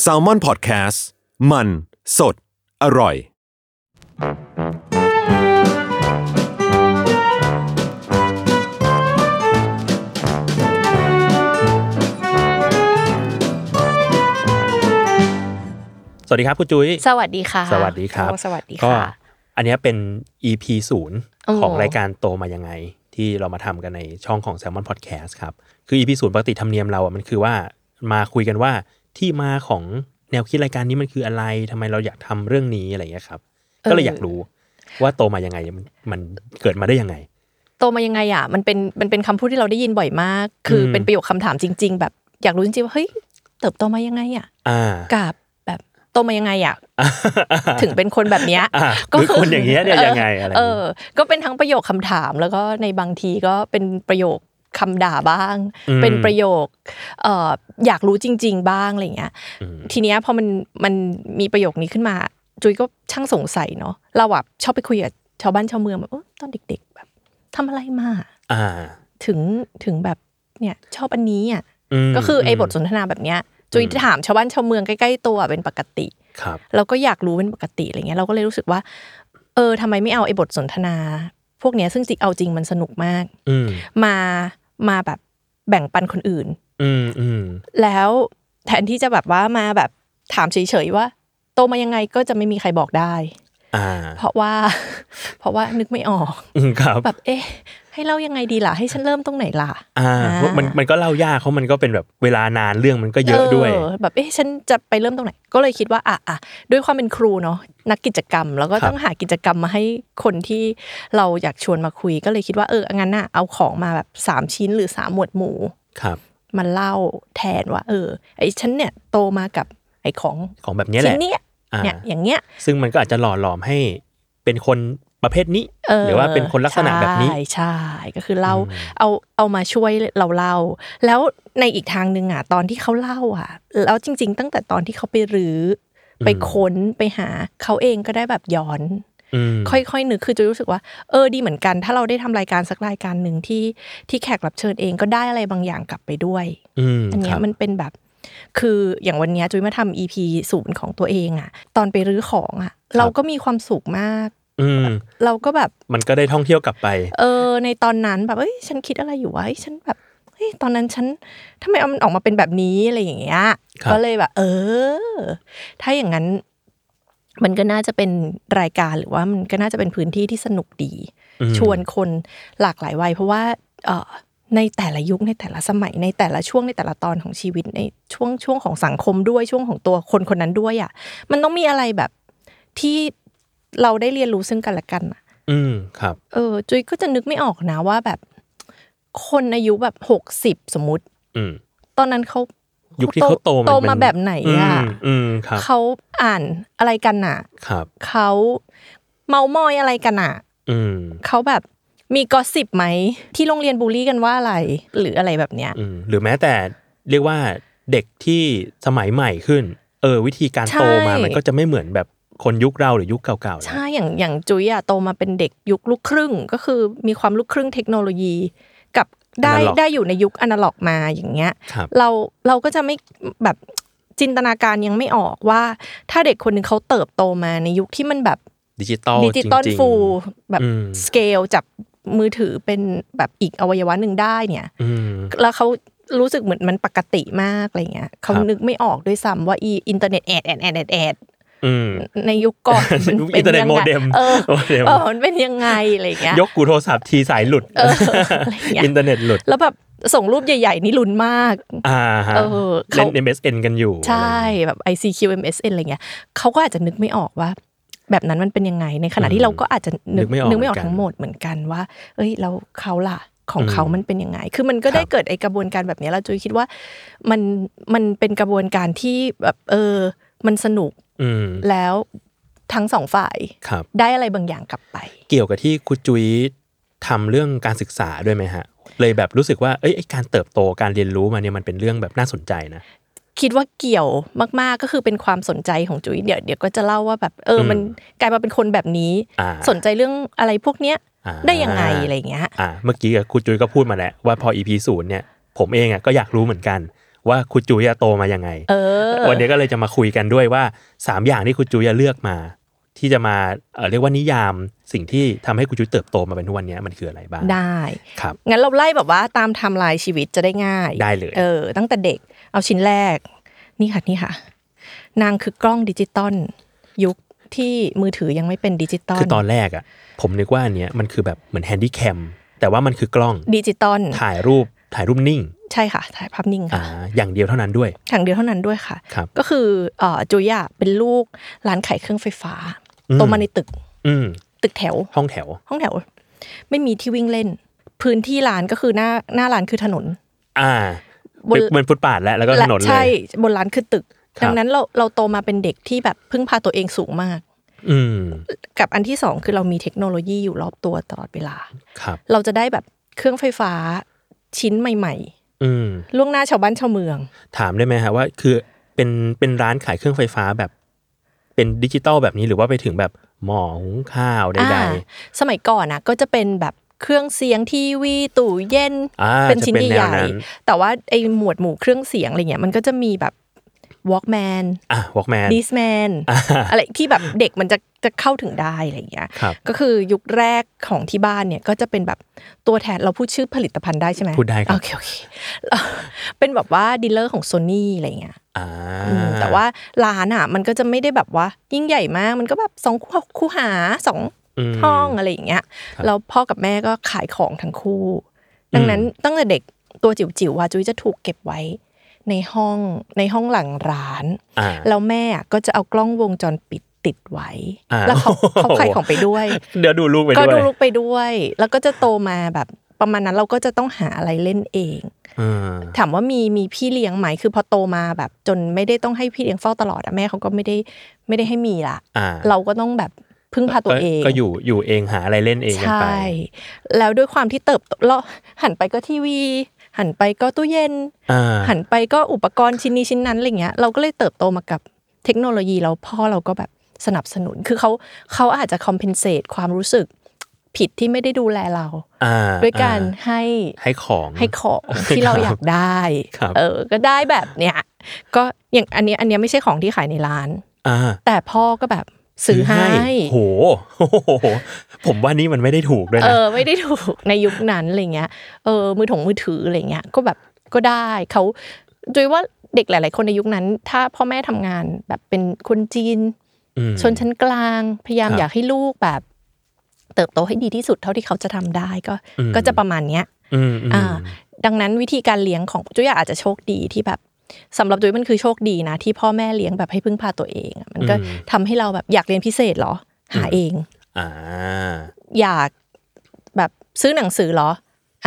แซลมอนพอดแคสต์มันสดอร่อย สวัสดีครับคุณจุย้ย สวัสดีค่ะ สวัสดีครับ โอ้สวัสดี ก็ ค่ะ อันเนี้ยเป็น EP ศูนย์ โอ้ ของรายการโตมายังไง ที่เรามาทำกันในช่องของ Salmon Podcast ครับ คือ EP ศูนย์ปกติธรรมเนียมเราอ่ะมันคือว่ามาคุยกันว่าที่มาของแนวคิดรายการนี้มันคืออะไรทำไมเราอยากทำเรื่องนี้อะไรอย่างเงี้ยครับ ก็เลยอยากรู้ว่าโตมายังไงมันมันเกิดมาได้ยังไง โตมายังไงอ่ะมันเป็นมันเป็นคำพูดที่เราได้ยินบ่อยมาก คืออ ม เป็นประโยคคำถามจริง ๆ แบบอยากรู้จริงๆว่าเฮ้ยเติบโตมายังไงอ่ะ อ่า กับแบบโตมายังไงอ่ะ ถึงเป็นคนแบบเนี้ย อ่ะหรือคนอย่างเงี้ยเนี่ยยังไงอะไรอย่างเงี้ย เออ ก็เป็นทั้งประโยคคำถามแล้วก็ในบางทีก็เป็นประโยคคำด่าบ้าง เป็นประโยคเอ่ออยากรู้จริง ๆ บ้างอะไรอย่างเงี้ย อืม ทีเนี้ยพอมันมันมีประโยคนี้ขึ้นมา จุยก็ช่างสงสัยเนาะเราแบบชอบไปคุยกับชาวบ้านชาวเมืองแบบเอ้อตอนเด็ก ๆ แบบทำอะไรมา อ่า ถึงถึงแบบเนี่ยชอบอันนี้อ่ะ ม ก็คืออไอ้ ม บทสนทนาแบบเนี้ยจุยถามชาวบ้านชาวเมืองใกล้ๆตัวเป็นปกติ ครับ เราก็อยากรู้เป็นปกติอะไรเงี้ยเราก็เลยรู้สึกว่า เออทำไมไม่เอาไอ้บทสนทนา พวกเนี้ยซึ่งจริงเอาจริงมันสนุกมาก อืม มามาแบบแบ่งปันคนอื่น อืมอืม แล้วแทนที่จะแบบว่ามาแบบถามเฉยๆว่า โตมายังไงก็จะไม่มีใครบอกได้ อ่า เพราะว่า เพราะว่านึกไม่ออก อืมครับ แบบเอ๊ะ ให้เล่ายังไงดีล่ะ ให้ฉันเริ่มตรงไหนล่ะ อ่า อ่า เพราะมันมันก็เล่ายากเพราะมันก็เป็นแบบเวลานานเรื่องมันก็เยอะด้วย แบบเอ๊ะฉันจะไปเริ่มตรงไหน ก็เลยคิดว่าอ่ะอ่ะด้วยความเป็นครูเนาะนักกิจกรรม แล้วก็ ครับ ต้องหากิจกรรมมาให้คนที่เราอยากชวนมาคุย ก็เลยคิดว่าเอองั้นน่ะเอาของมาแบบสามชิ้นหรือสามหมวดหมู่ ครับ มาเล่าแทนว่า เออ ไอ้ฉันเนี่ยโตมากับไอ้ของ ของแบบเนี้ยแห ชิ้ ละ นเนี้ย อ่า เนี่ยอย่างเงี้ย ซึ่งมันก็อาจจะหล่อหลอมให้เป็นคนประเภทนี้ เ หรือว่าเป็นคนลักษณะแบบนี้ ใช่ใช่ก็คือเล่าเอาเอามาช่วยเราเล่า แล้วในอีกทางหนึ่งอ่ะตอนที่เขาเล่าอ่ะ แล้วจริง ๆ ตั้งแต่ตอนที่เขาไปรื้ออ ม ไปค้นไปหาเขาเองก็ได้แบบย้อน อืม ค่อยๆนึกคือจะรู้สึกว่าเออดีเหมือนกัน ถ้าเราได้ทำรายการสักรายการหนึ่งที่ที่แขกรับเชิญเองก็ได้อะไรบางอย่างกลับไปด้วย อืม อันเนี้ ค ย รับ มันเป็นแบบ คืออย่างวันเนี้ยจุ้ยมาทำ EP ศูนย์ของตัวเองอ่ะ ตอนไปรื้อของอ่ะ เราก็มีความสุขมาก อืม เราก็แบบ มันก็ได้ท่องเที่ยวกลับไป เออในตอนนั้นแบบเอ้ยฉันคิดอะไรอยู่วะเอ้ยฉันแบบเฮ้ยตอนนั้นฉันทำไมเอามันออกมาเป็นแบบนี้อะไรอย่างเงี้ย ครับ ก็เลยแบบ เออ ถ้าอย่างนั้น มันก็น่าจะเป็นรายการหรือว่ามันก็น่าจะเป็นพื้นที่ที่สนุกดี อืม ชวนคนหลากหลายวัยเพราะว่าเออในแต่ละยุคในแต่ละสมัย ในแต่ละช่วงในแต่ละตอนของชีวิตในช่วงช่วงของสังคมด้วยช่วงของตัวคนคนนั้นด้วยอ่ะมันต้องมีอะไรแบบที่เราได้เรียนรู้ซึ่งกันและกันอะ อืมครับ เออจุ้ยก็จะนึกไม่ออกนะว่าแบบ คนอายุแบบหกสิบสมมติ อืม ตอนนั้นเขา ยุคที่เขาโตมัน โต เป็น มาแบบไหน อื อ่ะ มอืมครับ เขาอ่านอะไรกันน่ะ ครับ เขาเมามอยอะไรกันน่ะ อืม เขาแบบมีกอสซิบไหม ที่โรงเรียนบูลลี่กันว่าอะไร หรืออะไรแบบเนี้ย อืมหรือแม้แต่เรียกว่าเด็กที่สมัยใหม่ขึ้น เออ วิธีการโตมา ใช่ มันก็จะไม่เหมือนแบบคนยุคเราหรือยุคเก่าๆแล้ว ใช่อย่างอย่างจุ้ยอะโตมาเป็นเด็กยุคลูกครึ่ง ก็คือมีความลูกครึ่งเทคโนโลยี กับได้ได้อยู่ในยุคอนาล็อกมาอย่างเงี้ย ครับ เราเราก็จะไม่แบบจินตนาการยังไม่ออกว่า ถ้าเด็กคนหนึ่งเขาเติบโตมาในยุคที่มันแบบ ดิจิตอล ดิจิตอล จริงๆ ฟูลแบบ อืม สเกลจับมือถือเป็นแบบอีกอวัยวะหนึ่งได้เนี่ย อืม แล้วเขารู้สึกเหมือนมันปกติมากอะไรเงี้ยเขา ครับ นึกไม่ออกด้วยซ้ำว่าอีอินเทอร์เน็ตแอดแอดแอดแอดแอด อืม ในยุคก่อนมัน อินเทอร์เน็ต ป็โมยังไงเด็ม เออ โมเด็ม เออมันเป็นยังไงอะไรเงี้ย ยกกูโทรศัพท์ทีสายหลุด เอออะไรเงี้ย อินเทอร์เน็ตหลุด แล้วแบบส่งรูปใหญ่ ๆ นี่ลุ้นมาก อ่าฮะ เออ เล่ เขา น MSN กันอยู่ ใช่แบบ ICQ MSN อะไรเงี้ยเขาก็อาจจะนึกไม่ออกว่า แบบนั้นมันเป็นยังไง ในขณะที่เราก็อาจจะนึกนึกไม่ออกทั้งหมดเหมือนกันว่า เอ้ย เราเขาล่ะ ของเขา อืม มันเป็นยังไง คือมันก็ได้ ครับ เกิดไอกระบวนการแบบเนี้ยแล้วจุยคิดว่ามันมันเป็นกระบวนการที่แบบเออ มันสนุก อืม แล้วทั้งสองฝ่าย ครับ ได้อะไรบางอย่างกลับไป เกี่ยวกับที่คุจุยทำเรื่องการศึกษาด้วยไหมฮะ เลยแบบรู้สึกว่าเอ้ยไอ้การเติบโตการเรียนรู้มาเนี่ยมันเป็นเรื่องแบบน่าสนใจนะ คิดว่าเกี่ยวมาก ๆ ก็คือเป็นความสนใจของจุ๋ยเดี๋ยวเดี๋ยวก็จะเล่าว่าแบบเอออ ม มันกลายมาเป็นคนแบบนี้ อ่า สนใจเรื่องอะไรพวกเนี้ย อ่า ได้ยังไงอะไรอย่างเงี้ย อ่า เมื่อกี้อะคุจุยก็พูดมาแล้วว่าพอ EP ศูนย์เนี่ย ผมเองอ่ะก็อยากรู้เหมือนกัน ว่าคุจุยอะโตมายังไง เออ วันนี้ก็เลยจะมาคุยกันด้วยว่า 3 อย่างที่คุณจุยเลือกมา ที่จะมาเอ่อเรียกว่านิยามสิ่งที่ทำให้คุณจุยเติบโตมาเป็นทุกวันเนี้ยมันคืออะไรบ้าง ได้ ครับ งั้นเราไล่แบบว่าตามไทำลายชีวิตจะได้ง่าย ได้เลย เออ ตั้งแต่เด็กเอาชิ้นแรก นี่ค่ะนี่ค่ะ นางคือกล้องดิจิตอลยุคที่มือถือยังไม่เป็นดิจิตอล คือตอนแรกอ่ะผมนึกว่าอันเนี้ยมันคือแบบเหมือนแฮนดี้แคมแต่ว่ามันคือกล้อง ดิจิตอล ถ่ายรูปถ่ายรูปนิ่ง ใช่ค่ะถ่ายภาพนิ่ง อ่า ค่ะ อย่างเดียวเท่านั้นด้วย ทางเดียวเท่านั้นด้วยค่ะ ครับ ก็คือเอ่อจุยอะเป็นลูกร้านขายเครื่องไฟฟ้า อืม โตมาในตึก อืม ตึกแถว ห้องแถว ห้องแถว ไม่มีที่วิ่งเล่น พื้นที่ร้านก็คือหน้าหน้าร้านคือถนน อ่า บน เหมือนฟุตปาดแล้วแล้วก็ถนน และ เล ใช่ ย บนร้านคือตึก ครับ ดังนั้นเราเราโตมาเป็นเด็กที่แบบพึ่งพาตัวเองสูงมาก อืม กับอันที่สองคือเรามีเทคโนโลยีอยู่รอบตัวตลอดเวลา ครับ เราจะได้แบบเครื่องไฟฟ้าชิ้นใหม่ อืม ๆ ล่วงหน้าชาวบ้านชาวเมือง ถามได้ไหมฮะว่าคือเป็นเป็นร้านขายเครื่องไฟฟ้าแบบ เป็นดิจิตอลแบบนี้หรือว่าไปถึงแบบหม้อหุงข้าวใด อ่า ๆ สมัยก่อนนะก็จะเป็นแบบเครื่องเสียงทีวีตู้เย็น อ่า เป็นชิ้น จะ ให แว ญ่ นั้น ๆแต่ว่าไอหมวดหมู่เครื่องเสียงอะไรเงี้ยมันก็จะมีแบบ Walkman อ่ะวอล์กแมน d i s m a n อ่า อะไรที่แบบเด็กมันจะจะเข้าถึงได้อะไรเงี้ย ครับ ก็คือยุคแรกของที่บ้านเนี่ยก็จะเป็นแบบตัวแทนเราพูดชื่อผลิตภัณฑ์ได้ใช่ไหม พูดได้ครับ โอเคโอ เคแล้วเป็นแบบว่าดีลเลอร์ของโซนี่อะไรเงี้ย อ่า อืมแต่ว่าร้านอ่ะมันก็จะไม่ได้แบบว่ายิ่งใหญ่มากมันก็แบบสองคู่คู่หาสอง ม ห้องอะไรอย่างเงี้ย ครับ แล้วพ่อกับแม่ก็ขายของทั้งคู่ ดังนั้นตั้งแต่เด็กตัวจิ๋วจิ๋วๆว่าจุ้ยจะถูกเก็บไว้ ในห้องในห้องหลังร้าน อ่า แล้วแม่ก็จะเอากล้องวงจรปิดติดไว้ อ่า แล้วเขา โอ้โห เขาขายของไปด้วย เดี๋ยวดูลูกไป ก็ ด้ ดู วย ลูกไปด้วย แล้วก็จะโตมาแบบประมาณนั้นเราก็จะต้องหาอะไรเล่นเอง อ่า ถามว่ามีมีพี่เลี้ยงไหมคือพอโตมาแบบ จนไม่ได้ต้องให้พี่เลี้ยงเฝ้าตลอดอะแม่เขาก็ไม่ได้ไม่ได้ให้มีละ อ่า เราก็ต้องแบบพึ่งพาตัวเอง ก็ก็อยู่อยู่เองหาอะไรเล่นเองกัน ใช่ ไป แล้วด้วยความที่เติบโตเราหันไปก็ทีวี หันไปก็ตู้เย็น อ่า หันไปก็อุปกรณ์ชิ้นนี้ชิ้นนั้นอะไรเงี้ยเราก็เลยเติบโตมากับเทคโนโลยีแล้วพ่อเราก็แบบสนับสนุน คือเขาเขาอาจจะคอมเพนเซตความรู้สึกผิดที่ไม่ได้ดูแลเรา อ่า ด้วยการ อ่ ให้ ให้ของ ให้ของที่เราอยากได้ ครับ เออก็ได้แบบเนี้ยก็อย่างอันเนี้ยอันเนี้ยไม่ใช่ของที่ขายในร้าน อ่า แต่พ่อก็แบบซื้อให้ โห โอ้โห ผมว่านี่มันไม่ได้ถูกด้วย เอ นะ อไม่ได้ถูก ในยุคนั้นอะไรเงี้ยเออมือถงมือถืออะไรเงี้ยก็แบบก็ได้เขาจุยว่าเด็กหลาย ๆ คนในยุคนั้น ถ้าพ่อแม่ทำงานแบบเป็นคนจีน ม ชนชั้นกลาง พยายาม ครับ อยากให้ลูกแบบ เติบโตให้ดีที่สุดเท่าที่เขาจะทำได้ก็ อืม ก็จะประมาณเนี้ย อืมอื อ่า ม ดังนั้นวิธีการเลี้ยงของจุยอาจจะโชคดีที่แบบสำหรับจุยมันคือโชคดีนะ ที่พ่อแม่เลี้ยงแบบให้พึ่งพาตัวเองอะมันก็ทำให้เราแบบอยากเรียนพิเศษเหรอ หาเอง อ่า อยากแบบซื้อหนังสือเหรอ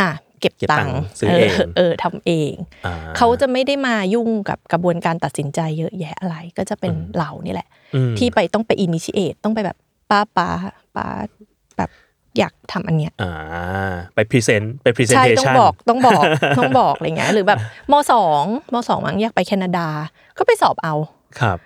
อ่ะเก็บ เก็บตั ตั ง ง ค์ ค์ ซื้อเอง เออทำเอง อ่า เขาจะไม่ได้มายุ่งกับกระบวนการตัดสินใจเยอะแยะอะไร ก็จะเป็น อืม เรานี่แหละ อืม ที่ไปต้องไปอินิชิเอตต้องไปแบบป้าป้าป้าแบบอยากทำอันเนี้ย อ่า ไปพรีเซนต์ไปพรีเซน ใช่ เท ต้อง ชัน บอกต้องบอก ต้องบอกอะไรเงี้ยหรือแบบมสองมสองมั้งอยากไปแคนาดา ก็ไปสอบเอา ครับ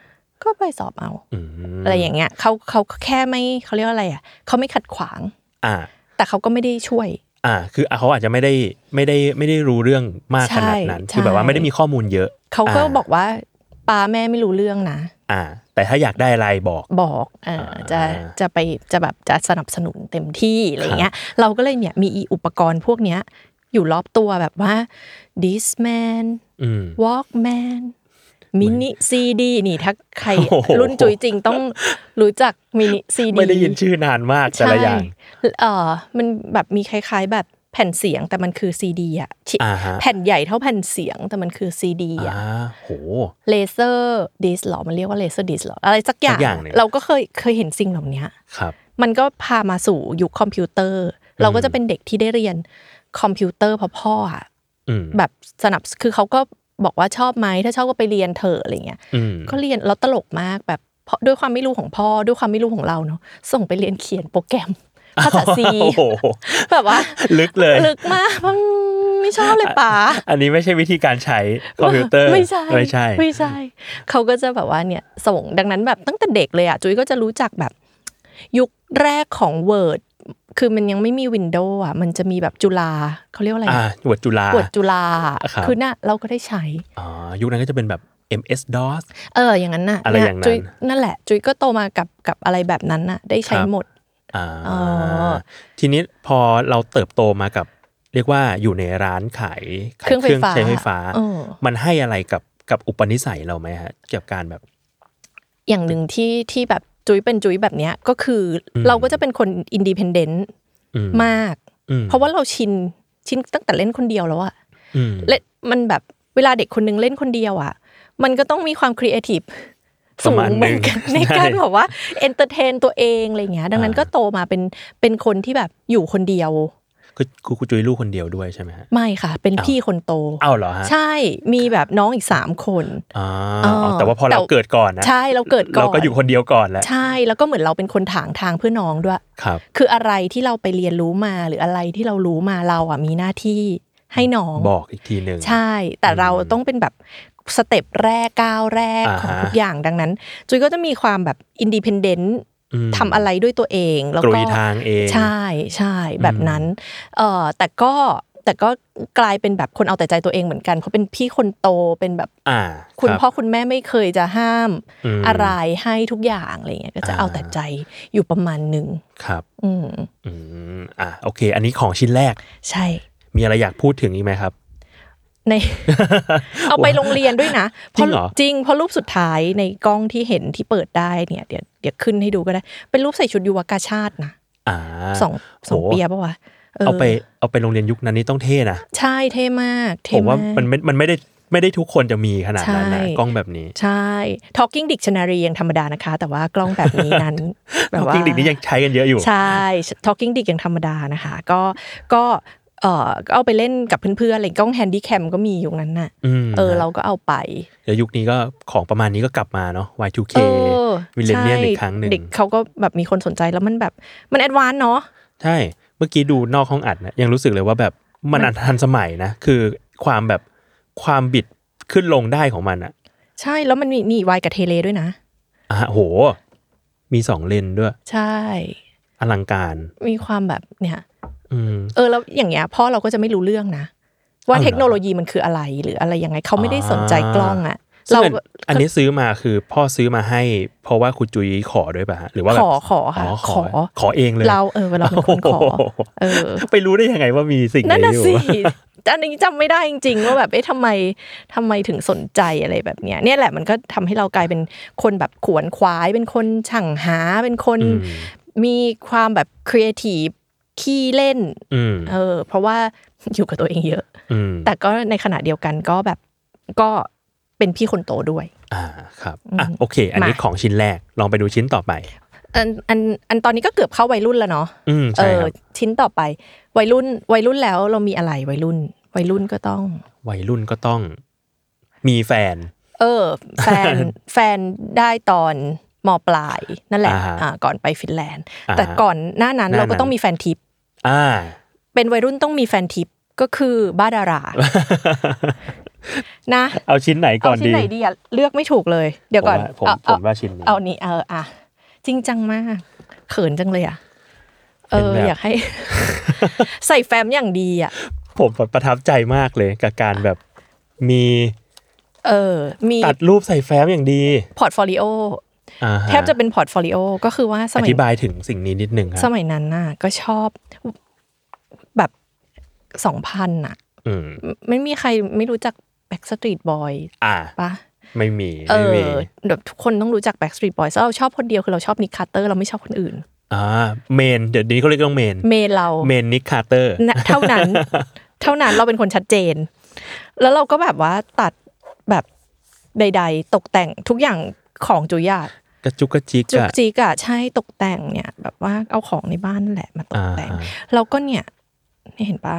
ก็ไปสอบเอา อืม อะไรอย่างเงี้ยเขาเขาแค่ไม่เขาเรียกว่าอะไรอ่ะเขาไม่ขัดขวาง อ่า แต่เขาก็ไม่ได้ช่วย อ่าคือเขาอาจจะไม่ได้ไม่ได้ไม่ได้รู้เรื่องมากขใช่นาดนั้น ใช่ คือแบบว่าไม่ได้มีข้อมูลเยอะ เขาก็ อ่า บอกว่าป้าแม่ไม่รู้เรื่องนะ อ่า แต่ถ้าอยากได้อะไรบอก บอกเอออา จะจะไปจะแบบจะสนับสนุนเต็มที่อะไรเงี้ยเราก็เลยเนี่ยมีอีอุปกรณ์พวกเนี้ย อยู่รอบตัวแบบว่า Disman อืม Walkman Mini CD นี่ถ้าใคร โอ้โห รุ่นจุยจริงต้องรู้จัก Mini CD ไม่ได้ยินชื่อนานมากแต่ละอย่าง ใช่เออมันแบบมีคล้าย ๆ แบบแผ่นเสียงแต่มันคือ CD อะที่ อ่าฮะ แผ่นใหญ่เท่าแผ่นเสียงแต่มันคือ CD อะ อ่าโห เลเซอร์ดิสหรอ มันเรียกว่าเลเซอร์ดิสหรอ อะไรสักอย่าง สักอย่างหนึ่ง เราก็เคยเคยเห็นสิ่งเหล่านี้ ครับ มันก็พามาสู่ยุคคอมพิวเตอร์ เราก็จะเป็นเด็กที่ได้เรียน คอมพิวเตอร์เพราะพ่ออะ อืม แบบสนับคือเขาก็บอกว่าชอบไหมถ้าชอบก็ไปเรียนเถอะอะไรเงี้ย อืม ก็เรียนแล้วตลกมากแบบเพราะด้วยความไม่รู้ของพ่อด้วยความไม่รู้ของเราเนาะส่งไปเรียนเขียนโปรแกรมภาษาซี โอ้โห แบบว่า ลึกเลย ลึกมากอืมไม่ชอบเลยป๋า อันนี้ไม่ใช่วิธีการใช้คอมพิวเตอร์ ไม่ใช่ ไม่ใช่ ไม่ใช่ เขาก็จะแบบว่าเนี่ยส่งดังนั้นแบบตั้งแต่เด็กเลยอ่ะจุ้ยก็จะรู้จักแบบ ยุคแรกของ Word คือมันยังไม่มี Windows อ่ะ มันจะมีแบบจุลาเขาเรียกว่าอะไร อ่าหัวดจุฬา ปวดจุลา ครับ อน่ะเราก็ได้ใช้ อ๋อยุคนั้นก็จะเป็นแบบ MS DOS เอออย่างนั้นน่ะ อะไรอย่างนั้น จุ้ยนั่นแหละ จุ้ยก็โตมากับกับอะไรแบบนั้นน่ะ ได้ใช้หมด อ่า อ๋อ ทีนี้พอเราเติบโตมากับ เรียกว่าอยู่ในร้านขายขายใช้ไฟฟ้า เออ มันให้อะไรกับกับอุปนิสัยเราไหมฮะเกี่ยวกับการแบบ อย่างหนึ่งที่ที่แบบจุ้ยเป็นจุ้ยแบบเนี้ยก็คืออ ม เราก็จะเป็นคนอินดีเพนเดนต์ อืม มาก อืม เพราะว่าเราชินชินตั้งแต่เล่นคนเดียวแล้วอะ อืม เล่นมันแบบเวลาเด็กคนนึงเล่นคนเดียวอะมันก็ต้องมีความครีเอทีฟ ป สู ระ ง มาณ เหมือนกันในการ ช่ แบบว่าเอนเตอร์เทนตัวเองอะไรอย่างเงี้ย ดังนั้น อ่า ก็โตมาเป็นเป็นคนที่แบบอยู่คนเดียว คือคือคุณจุ้ยลูกคนเดียวด้วยใช่ไหมฮะ ไม่ค่ะ เป็น อ้าว พี่คนโต เอ้าเหรอฮะ ใช่มีแบบน้องอีกสามคน อ๋อ อ๋ อ๋ อ อแต่ว่าพอ แต่ เราเกิดก่อนนะ ใช่เราเกิดก่อน เราก็อยู่คนเดียวก่อนแล้ว ใช่แล้วก็เหมือนเราเป็นคนถางทางเพื่อน้องด้วย ครับ คืออะไรที่เราไปเรียนรู้มาหรืออะไรที่เรารู้มาเราอ่ะมีหน้าที่ให้น้อง บอกอีกทีหนึ่ง ใช่ แต่เราต้องเป็นแบบสเต็ปแรกก้าวแรก อ่าฮะ ของทุกอย่างดังนั้น จุยก็จะมีความแบบอินดีเพนเดนต์ ม ทำอะไรด้วยตัวเองแล้ว กรุ ก็ ยทางเอง ใช่ใช่แบบนั้นเออแต่ก็แต่ก็กลายเป็นแบบคนเอาแต่ใจตัวเองเหมือนกัน เพราะเป็นพี่คนโตเป็นแบบ อ่า คุณ รับ พ่อคุณแม่ไม่เคยจะห้าม ม อะไรให้ทุกอย่างอะไรเงี้ยก็จะ อ่า เอาแต่ใจอยู่ประมาณหนึ่ง ครับ อืม อืมอ่ะโอเค อันนี้ของชิ้นแรก ใช่ มีอะไรอยากพูดถึงอีกไหมครับ ใน เอาไปโรงเรียนด้วยนะ จริงเหรอ พาะจริงเพราะรูปสุดท้ายในกล้องที่เห็นที่เปิดได้เนี่ย เดี๋ยวเดี๋ยวขึ้นให้ดูก็ได้ เป็นรูปใส่ชุดยุวกาชาตินะ อ่า สองสอง โห เปียปะวะ เอาไปเอาไปโรงเรียนยุคนั้นนี่ต้องเท่นะ ใช่เท่มากเท่ ผมว่ามั มาก นไม่มันไม่ได้ไม่ได้ทุกคนจะมีขนาดนั้นนะ ใช่ กล้องแบบนี้ ใช่ Talking Dictionary ยังธรรมดานะคะ แต่ว่ากล้องแบบนี้นั้น แบบว่า จริงๆเดินี้ยังใช้กันเยอะอยู่ ใช่ Talking Dick อย่างธรรมดานะคะ ก็ก็เออก็เอาไปเล่นกับเพื่อนๆอะไรกล้องแฮนดี้แคมก็มีอยู่นั้นน่ะ อืม เออ นะ เราก็เอาไป เดี๋ยวยุคนี้ก็ของประมาณนี้ก็กลับมาเนาะ Y2K เออ Millennium ใช่ อีกครั้งหนึ่ง เด็กเขาก็แบบมีคนสนใจแล้วมันแบบมันแอดวานซ์เนาะ ใช่ เมื่อกี้ดูนอกห้องอัดนะยังรู้สึกเลยว่าแบบมันอันทันสมัยนะ คือความแบบความบิดขึ้นลงได้ของมันอะ ใช่แล้วมันมีนี่วายกับเทเลด้วยนะ อ่ะโห มีสองเลนด้วย ใช่ อลังการ มีความแบบเนี่ย อืม เออแล้วอย่างเงี้ยพ่อเราก็จะไม่รู้เรื่องนะ ว่า เอาเหรอ เทคโนโลยีมันคืออะไรหรืออะไรยังไงเขาไม่ได้สนใจ อ่า กล้องอะ ซึ่ เรา งอันอันนี้ซื้อมาคือพ่อซื้อมาให้ เพราะว่าคุณจุยขอด้วยป่ะฮะหรือว่า ข แบบ อขอ อ๋ ค่ะ อขอขอเองเลย เราเออเราเป็นคนขอ โโห เออ ไปรู้ได้ยังไงว่ามีสิ่ง นั่น นี้ น่ะ อยู่ สิอันนี้จำไม่ได้จริงๆว่าแบบเอ๊ะทำไมทำไมถึงสนใจอะไรแบบเนี้ยเนี่ยแหละมันก็ทำให้เรากลายเป็นคนแบบขวนขวาย เป็นคนช่างหาเป็นคน อืม มีความแบบครีเอทีฟขี้เล่น อืม เออ เพราะว่า อยู่กับตัวเองเยอะ อืม แต่ก็ในขณะเดียวกันก็แบบก็เป็นพี่คนโตด้วย อ่าครับอ่ะ อืม โอเค อันนี้ มา ของชิ้นแรกลองไปดูชิ้นต่อไป อันอันอันตอนนี้ก็เกือบเข้าวัยรุ่นแล้วเนาะ อืม เอ ใช่ อ ครับ ชิ้นต่อไป วัยรุ่นวัยรุ่นแล้วเรามีอะไรวัยรุ่น วัยรุ่นก็ต้อง วัยรุ่นก็ต้อง มีแฟน เออ แฟ น แฟนได้ตอนมปลายนั่นแหละ อ่าฮะ อ่าก่อนไปฟินแลนด์ อ่าฮะ แต่ก่อนหน้านั้น หน้านั้น เราก็ต้องมีแฟนทิป อ่า เป็นวัยรุ่นต้องมีแฟนทิปก็คือบ้าดา รานะ เอาชิ้นไหนก่ เอา อน ชิ้น ดี ไหนดีอะเลือกไม่ถูกเลย เดี๋ยวก่อน ผม เอา ว่าผมผ เอา มว่าชิ้นนี้ เอานี่เอออ่ะจริงจังมาก เขินจังเลยอ่ะเออ เป็นแบบ อยากให้ ใส่แฟ้มอย่างดีอ่ะ ผมแบบประทับใจมากเลยกับการแบบมี เออ มี ตัดรูปใส่แฟ้มอย่างดี พอร์ตโฟลิโอ อ่าฮ แทบจะเป็นพอร์ตโฟลิโอก็คือว่าส อ มัย ธิบายถึงสิ่งนี้นิดหนึ่งค ส รับ มัยนั้นน่ะ ก็ชอบแบบสองพันน่ะ อืม ไม่มีใครไม่รู้จักแบ็กสตรีทบอย อ่า ปะ ไม่มี เอ ไม่มี อแบบทุกคนต้องรู้จัก Backstreet Boys แล้วเราชอบคนเดียวคือเราชอบนิกคาร์เตอร์เราไม่ชอบคนอื่น อ่าเมน เดี๋ยวนี้เขาเรียกต้องเมน เมนเรา เมนนิคคาร์เตอร์ นะเท่านั้น เท่านั้นเราเป็นคนชัดเจน แล้วเราก็แบบว่าตัดแบบใด ๆ ตกแต่งทุกอย่างของจุยาด กระจุกกระจิก จุก อะ จิกอะใช่ตกแต่งเนี่ย แบบว่าเอาของในบ้านนั่นแหละมาตก อ่า แต่ง อ่า เราก็เนี่ยนี่เห็นปะ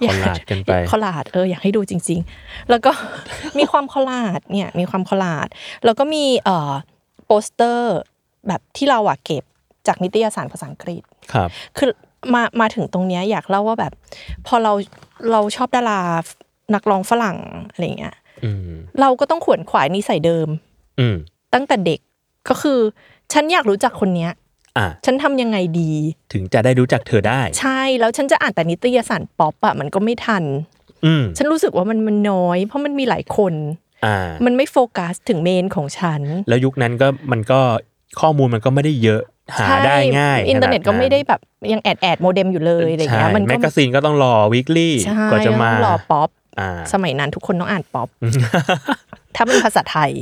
อยก คอลลาจกันไป คอลลาดเอออยากให้ดูจริง ๆ แล้วก็ มีความคอลลาดเนี่ยมีความคอลลาดแล้วก็มีเอ่อโปสเตอร์แบบที่เราอะเก็บจากนิตยสารภาษาอังกฤษ ครับ คือมามาถึงตรงเนี้ยอยากเล่าว่าแบบ พอเราเราชอบดารานักร้องฝรั่งอะไรเงี้ย อืม เราก็ต้องขวนขวายนิสัยเดิม อืม ตั้งแต่เด็กก็คือ ฉันอยากรู้จักคนเนี้ย อ่ะ ฉันทำยังไงดี ถึงจะได้รู้จักเธอได้ ใช่แล้วฉันจะอ่านแต่นิตยสารป๊อปอะมันก็ไม่ทัน อืม ฉันรู้สึกว่ามันมันน้อย เพราะมันมีหลายคน อ่า มันไม่โฟกัสถึงเมนของฉัน แล้วยุคนั้นก็มันก็ข้อมูลมันก็ไม่ได้เยอะหาได้ง่าย ใช่อินเทอร์เน็ตก็ไม่ได้แบบยังแอดแอดโมเด็มอยู่เลยอะไรเงี้ยมัน แม ก็ กกาซีนก็ต้องรอวีคลี่ ใช่ กว่าจะมา ต้องรอป๊อป อ่า สมัยนั้นทุกคนต้องอ่านป๊อป ถ้าเป็นภาษาไทย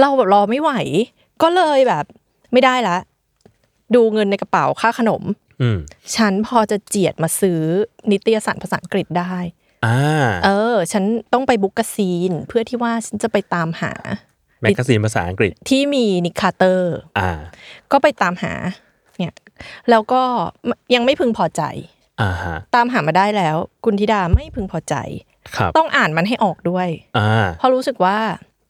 เราแบบรอไม่ไหว ก็เลยแบบไม่ได้ละ ดูเงินในกระเป๋าค่าขนม อืม ฉันพอจะเจียดมาซื้อนิตยสารภาษาอังกฤษได้ อ่า เออ ฉันต้องไปบุกกะซีน เพื่อที่ว่าฉันจะไปตามหา แมกกาซีนภาษาอังกฤษ ที่มีนิกคาร์เตอร์ อ่า ก็ไปตามหา เนี่ย แล้วก็ยังไม่พึงพอใจ อ่าฮะ ตามหามาได้แล้ว กุนธิดาไม่พึงพอใจ ครับ ต้องอ่านมันให้ออกด้วย อ่า เพราะรู้สึกว่า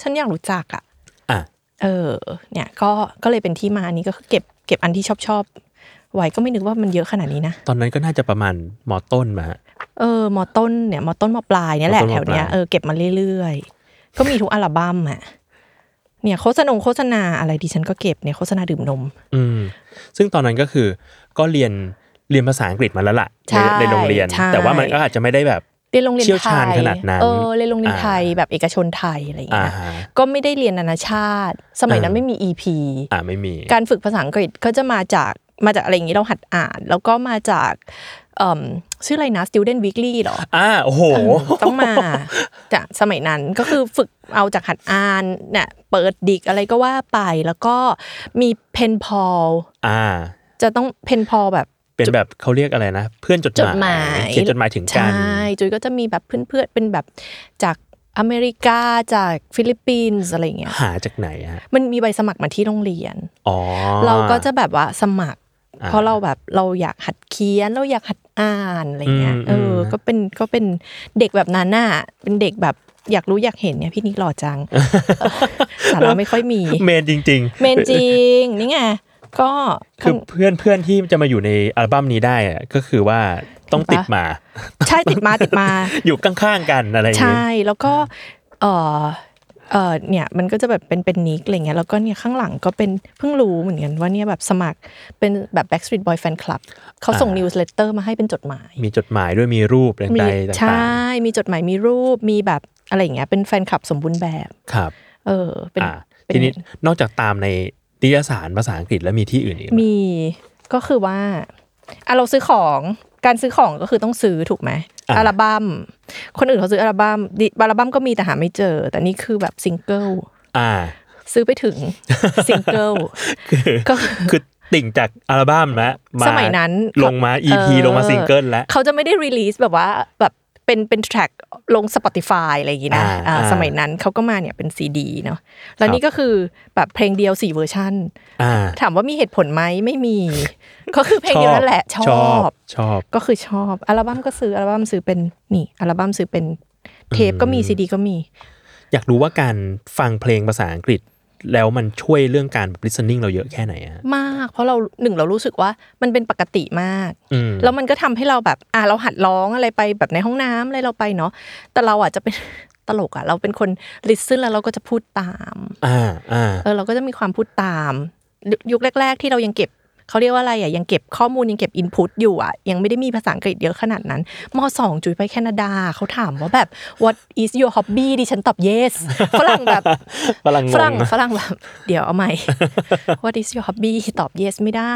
ฉันอยากรู้จักอะ อ่ะ เออ เนี่ย ก็ ก็เลยเป็นที่มาอันนี้ก็คือเก็บ เก็บอันที่ชอบชอบไว้ก็ไม่นึกว่ามันเยอะขนาดนี้นะ ตอนนั้นก็น่าจะประมาณมอต้นมาฮะ เออ มอต้น เนี่ย มอต้นมอปลายเนี่ยแหละ มอต้นม แถ อปลายว เนี้ย เออ เก็บมาเรื่อยๆ ก็มีทุกอัลบั้มอะ เนี่ยโฆษณาโฆษณาอะไรดิฉันก็เก็บเนี่ยโฆษณาดื่มนม ืม ซึ่งตอนนั้นก็คือก็เรียนเรียนภาษาอังกฤษมาแล้วล่ะ ใช่ ในในโรงเรียน ใช่ แต่ว่ามันก็อาจจะไม่ได้แบบ เรียนโรงเรียน เชี่ยว ไท ชาญ ย ขนาดนั้น เออ เรียนโรงเรียน อ่า ไทยแบบเอกชนไทยอะไรอย่าง อ่า เงี้ย ฮะ ก็ไม่ได้เรียนนานาชาติ สมัยนั้น อ่า ไม่มี EP อ่าไม่มี การฝึกภาษาอังกฤษก็จะมาจากมาจากอะไรอย่างนี้เราหัดอ่าน แล้วก็มาจากเอิ่มชื่ออะไรนะ Student Weekly เหรอ อ่า โอ้โห ต้องมาจากสมัยนั้นก็คือฝึกเอาจากหัดอ่านเนี่ยเปิดดิกอะไรก็ว่าไปแล้วก็มีเพนพอล อ่า จะต้องเพนพอลแบบ เป็นแบบเขาเรียกอะไรนะ เพื่อนจด จ ห ด มาย หมาย เขียนจดหมายถึงกัน ใช่จุยก็จะมีแบบเพื่อนๆเป็นแบบจากอเมริกาจากฟิลิปปินส์อะไรอย่างเงี้ย หาจากไหนฮะ มันมีใบสมัครมาที่โรงเรียน อ๋อ เราก็จะแบบว่าสมัคร อ่า เพราะเราแบบเราอยากหัดเขียนเราอยากหัดอ่านอะไรเงี้ย อืม เอออ ม ก็เป็นก็เป็นเด็กแบบนั้นน่ะเป็นเด็กแบบอยากรู้อยากเห็นเนี่ยพี่นิกหล่อจัง เออสาระไม่ค่อยมี เมนจริง ๆ เมนจริงนี่ไงก็ คือเพื่อนเพื่อนที่จะมาอยู่ในอัลบั้มนี้ได้อะก็คือว่าต้องติดมา ใช่ติดมาติ ดมา อยู่ข้างๆกันอะไรอย่าง ใช่ งี้ แล้วก็เออเออเนี่ยมันก็จะแบบเป็นเป็นนิกอะไรเงี้ยแล้วก็เนี่ยข้างหลังก็เป็นเพิ่งรู้เหมือนกันว่าเนี่ยแบบสมัครเป็นแบบ Backstreet Boy Fan Club เขาส่งนิวส์เลเตอร์มาให้เป็นจดหมาย มีจดหมายด้วยมีรูป มี ใดๆต่ ใช่ าง มีจดหมาย มีรูป มีแบบอะไรอย่างเงี้ย เป็นแฟนคลับสมบูรณ์แบบ ๆ ครับ เออ เป็น อ่า เป็ ทีนี้นอกจากตามในนิตยสารภาษาอังกฤษแล้วมีที่อื่นอีกไหม มี ก็คือว่าอ่ะเราซื้อของ การซื้อของก็คือต้องซื้อถูกไหมอัลบัม้ม คนอื่นเขาซื้ออัลบัม้มดิอัลบั้มก็มีแต่หาไม่เจอ แต่นี่คือแบบซิงเกิล อ่า ซื้อไปถึง ซิงเกิล ก็คือ คือติ่งจากอัลบั้มแล้วา สมัยนั้น ลงมา EP เออ ลงมาซิงเกิลแล้ว เขาจะไม่ได้รีลีสแบบว่าแบบเป็นเป็นแทร็กลง Spotify อะไรอย่างงี้นะ อ่า อ่า อ่า สมัยนั้นเขาก็มาเนี่ยเป็นซีดีเนาะแล้ควรับ นี่ก็คือแบบเพลงเดียวสี่เวอร์ชัน อ่า ถามว่ามีเหตุผลไหมไม่มี ก็คือเพลงเดียวนั่นแหละ ช ช อ อบบ ชอบ ก็คือชอบอัลบั้มก็ซื้ออัลบั้มซื้อเป็นนี่อัลบั้มซื้อเป็นเทปก็มีซีดีก็มี อยากรู้ว่าการฟังเพลงภาษาอังกฤษ แล้วมันช่วยเรื่องการ listening เราเยอะแค่ไหนอะ มาก เพราะเราหนึ่งเรารู้สึกว่ามันเป็นปกติมาก อืม แล้วมันก็ทำให้เราแบบอ่ะเราหัดร้องอะไรไปแบบในห้องน้ำอะไรเราไปเนาะแต่เราอ่ะจะเป็น ตลกอ่ะเราเป็นคนลิสซึนแล้วเราก็จะพูดตาม อ่าอ่า เออเราก็จะมีความพูดตามยุยุคแรก ๆ ที่เรายังเก็บเขาเรียกว่าอะไรอ่ะยังเก็บข้อมูลยังเก็บอินพุตอยู่อ่ะยังไม่ได้มีภาษาอังกฤษเยอะขนาดนั้นมสองจุยไปแคนาดาเขาถามว่าแบบ what is your hobby ดิฉันตอบ yes ฝรั่งแบบ ฝรั่งง ฝรั่ง งอะ ฝรั่งแบบ เดี๋ยวเอาใหม่ What is your hobby ตอบ yes ไม่ได้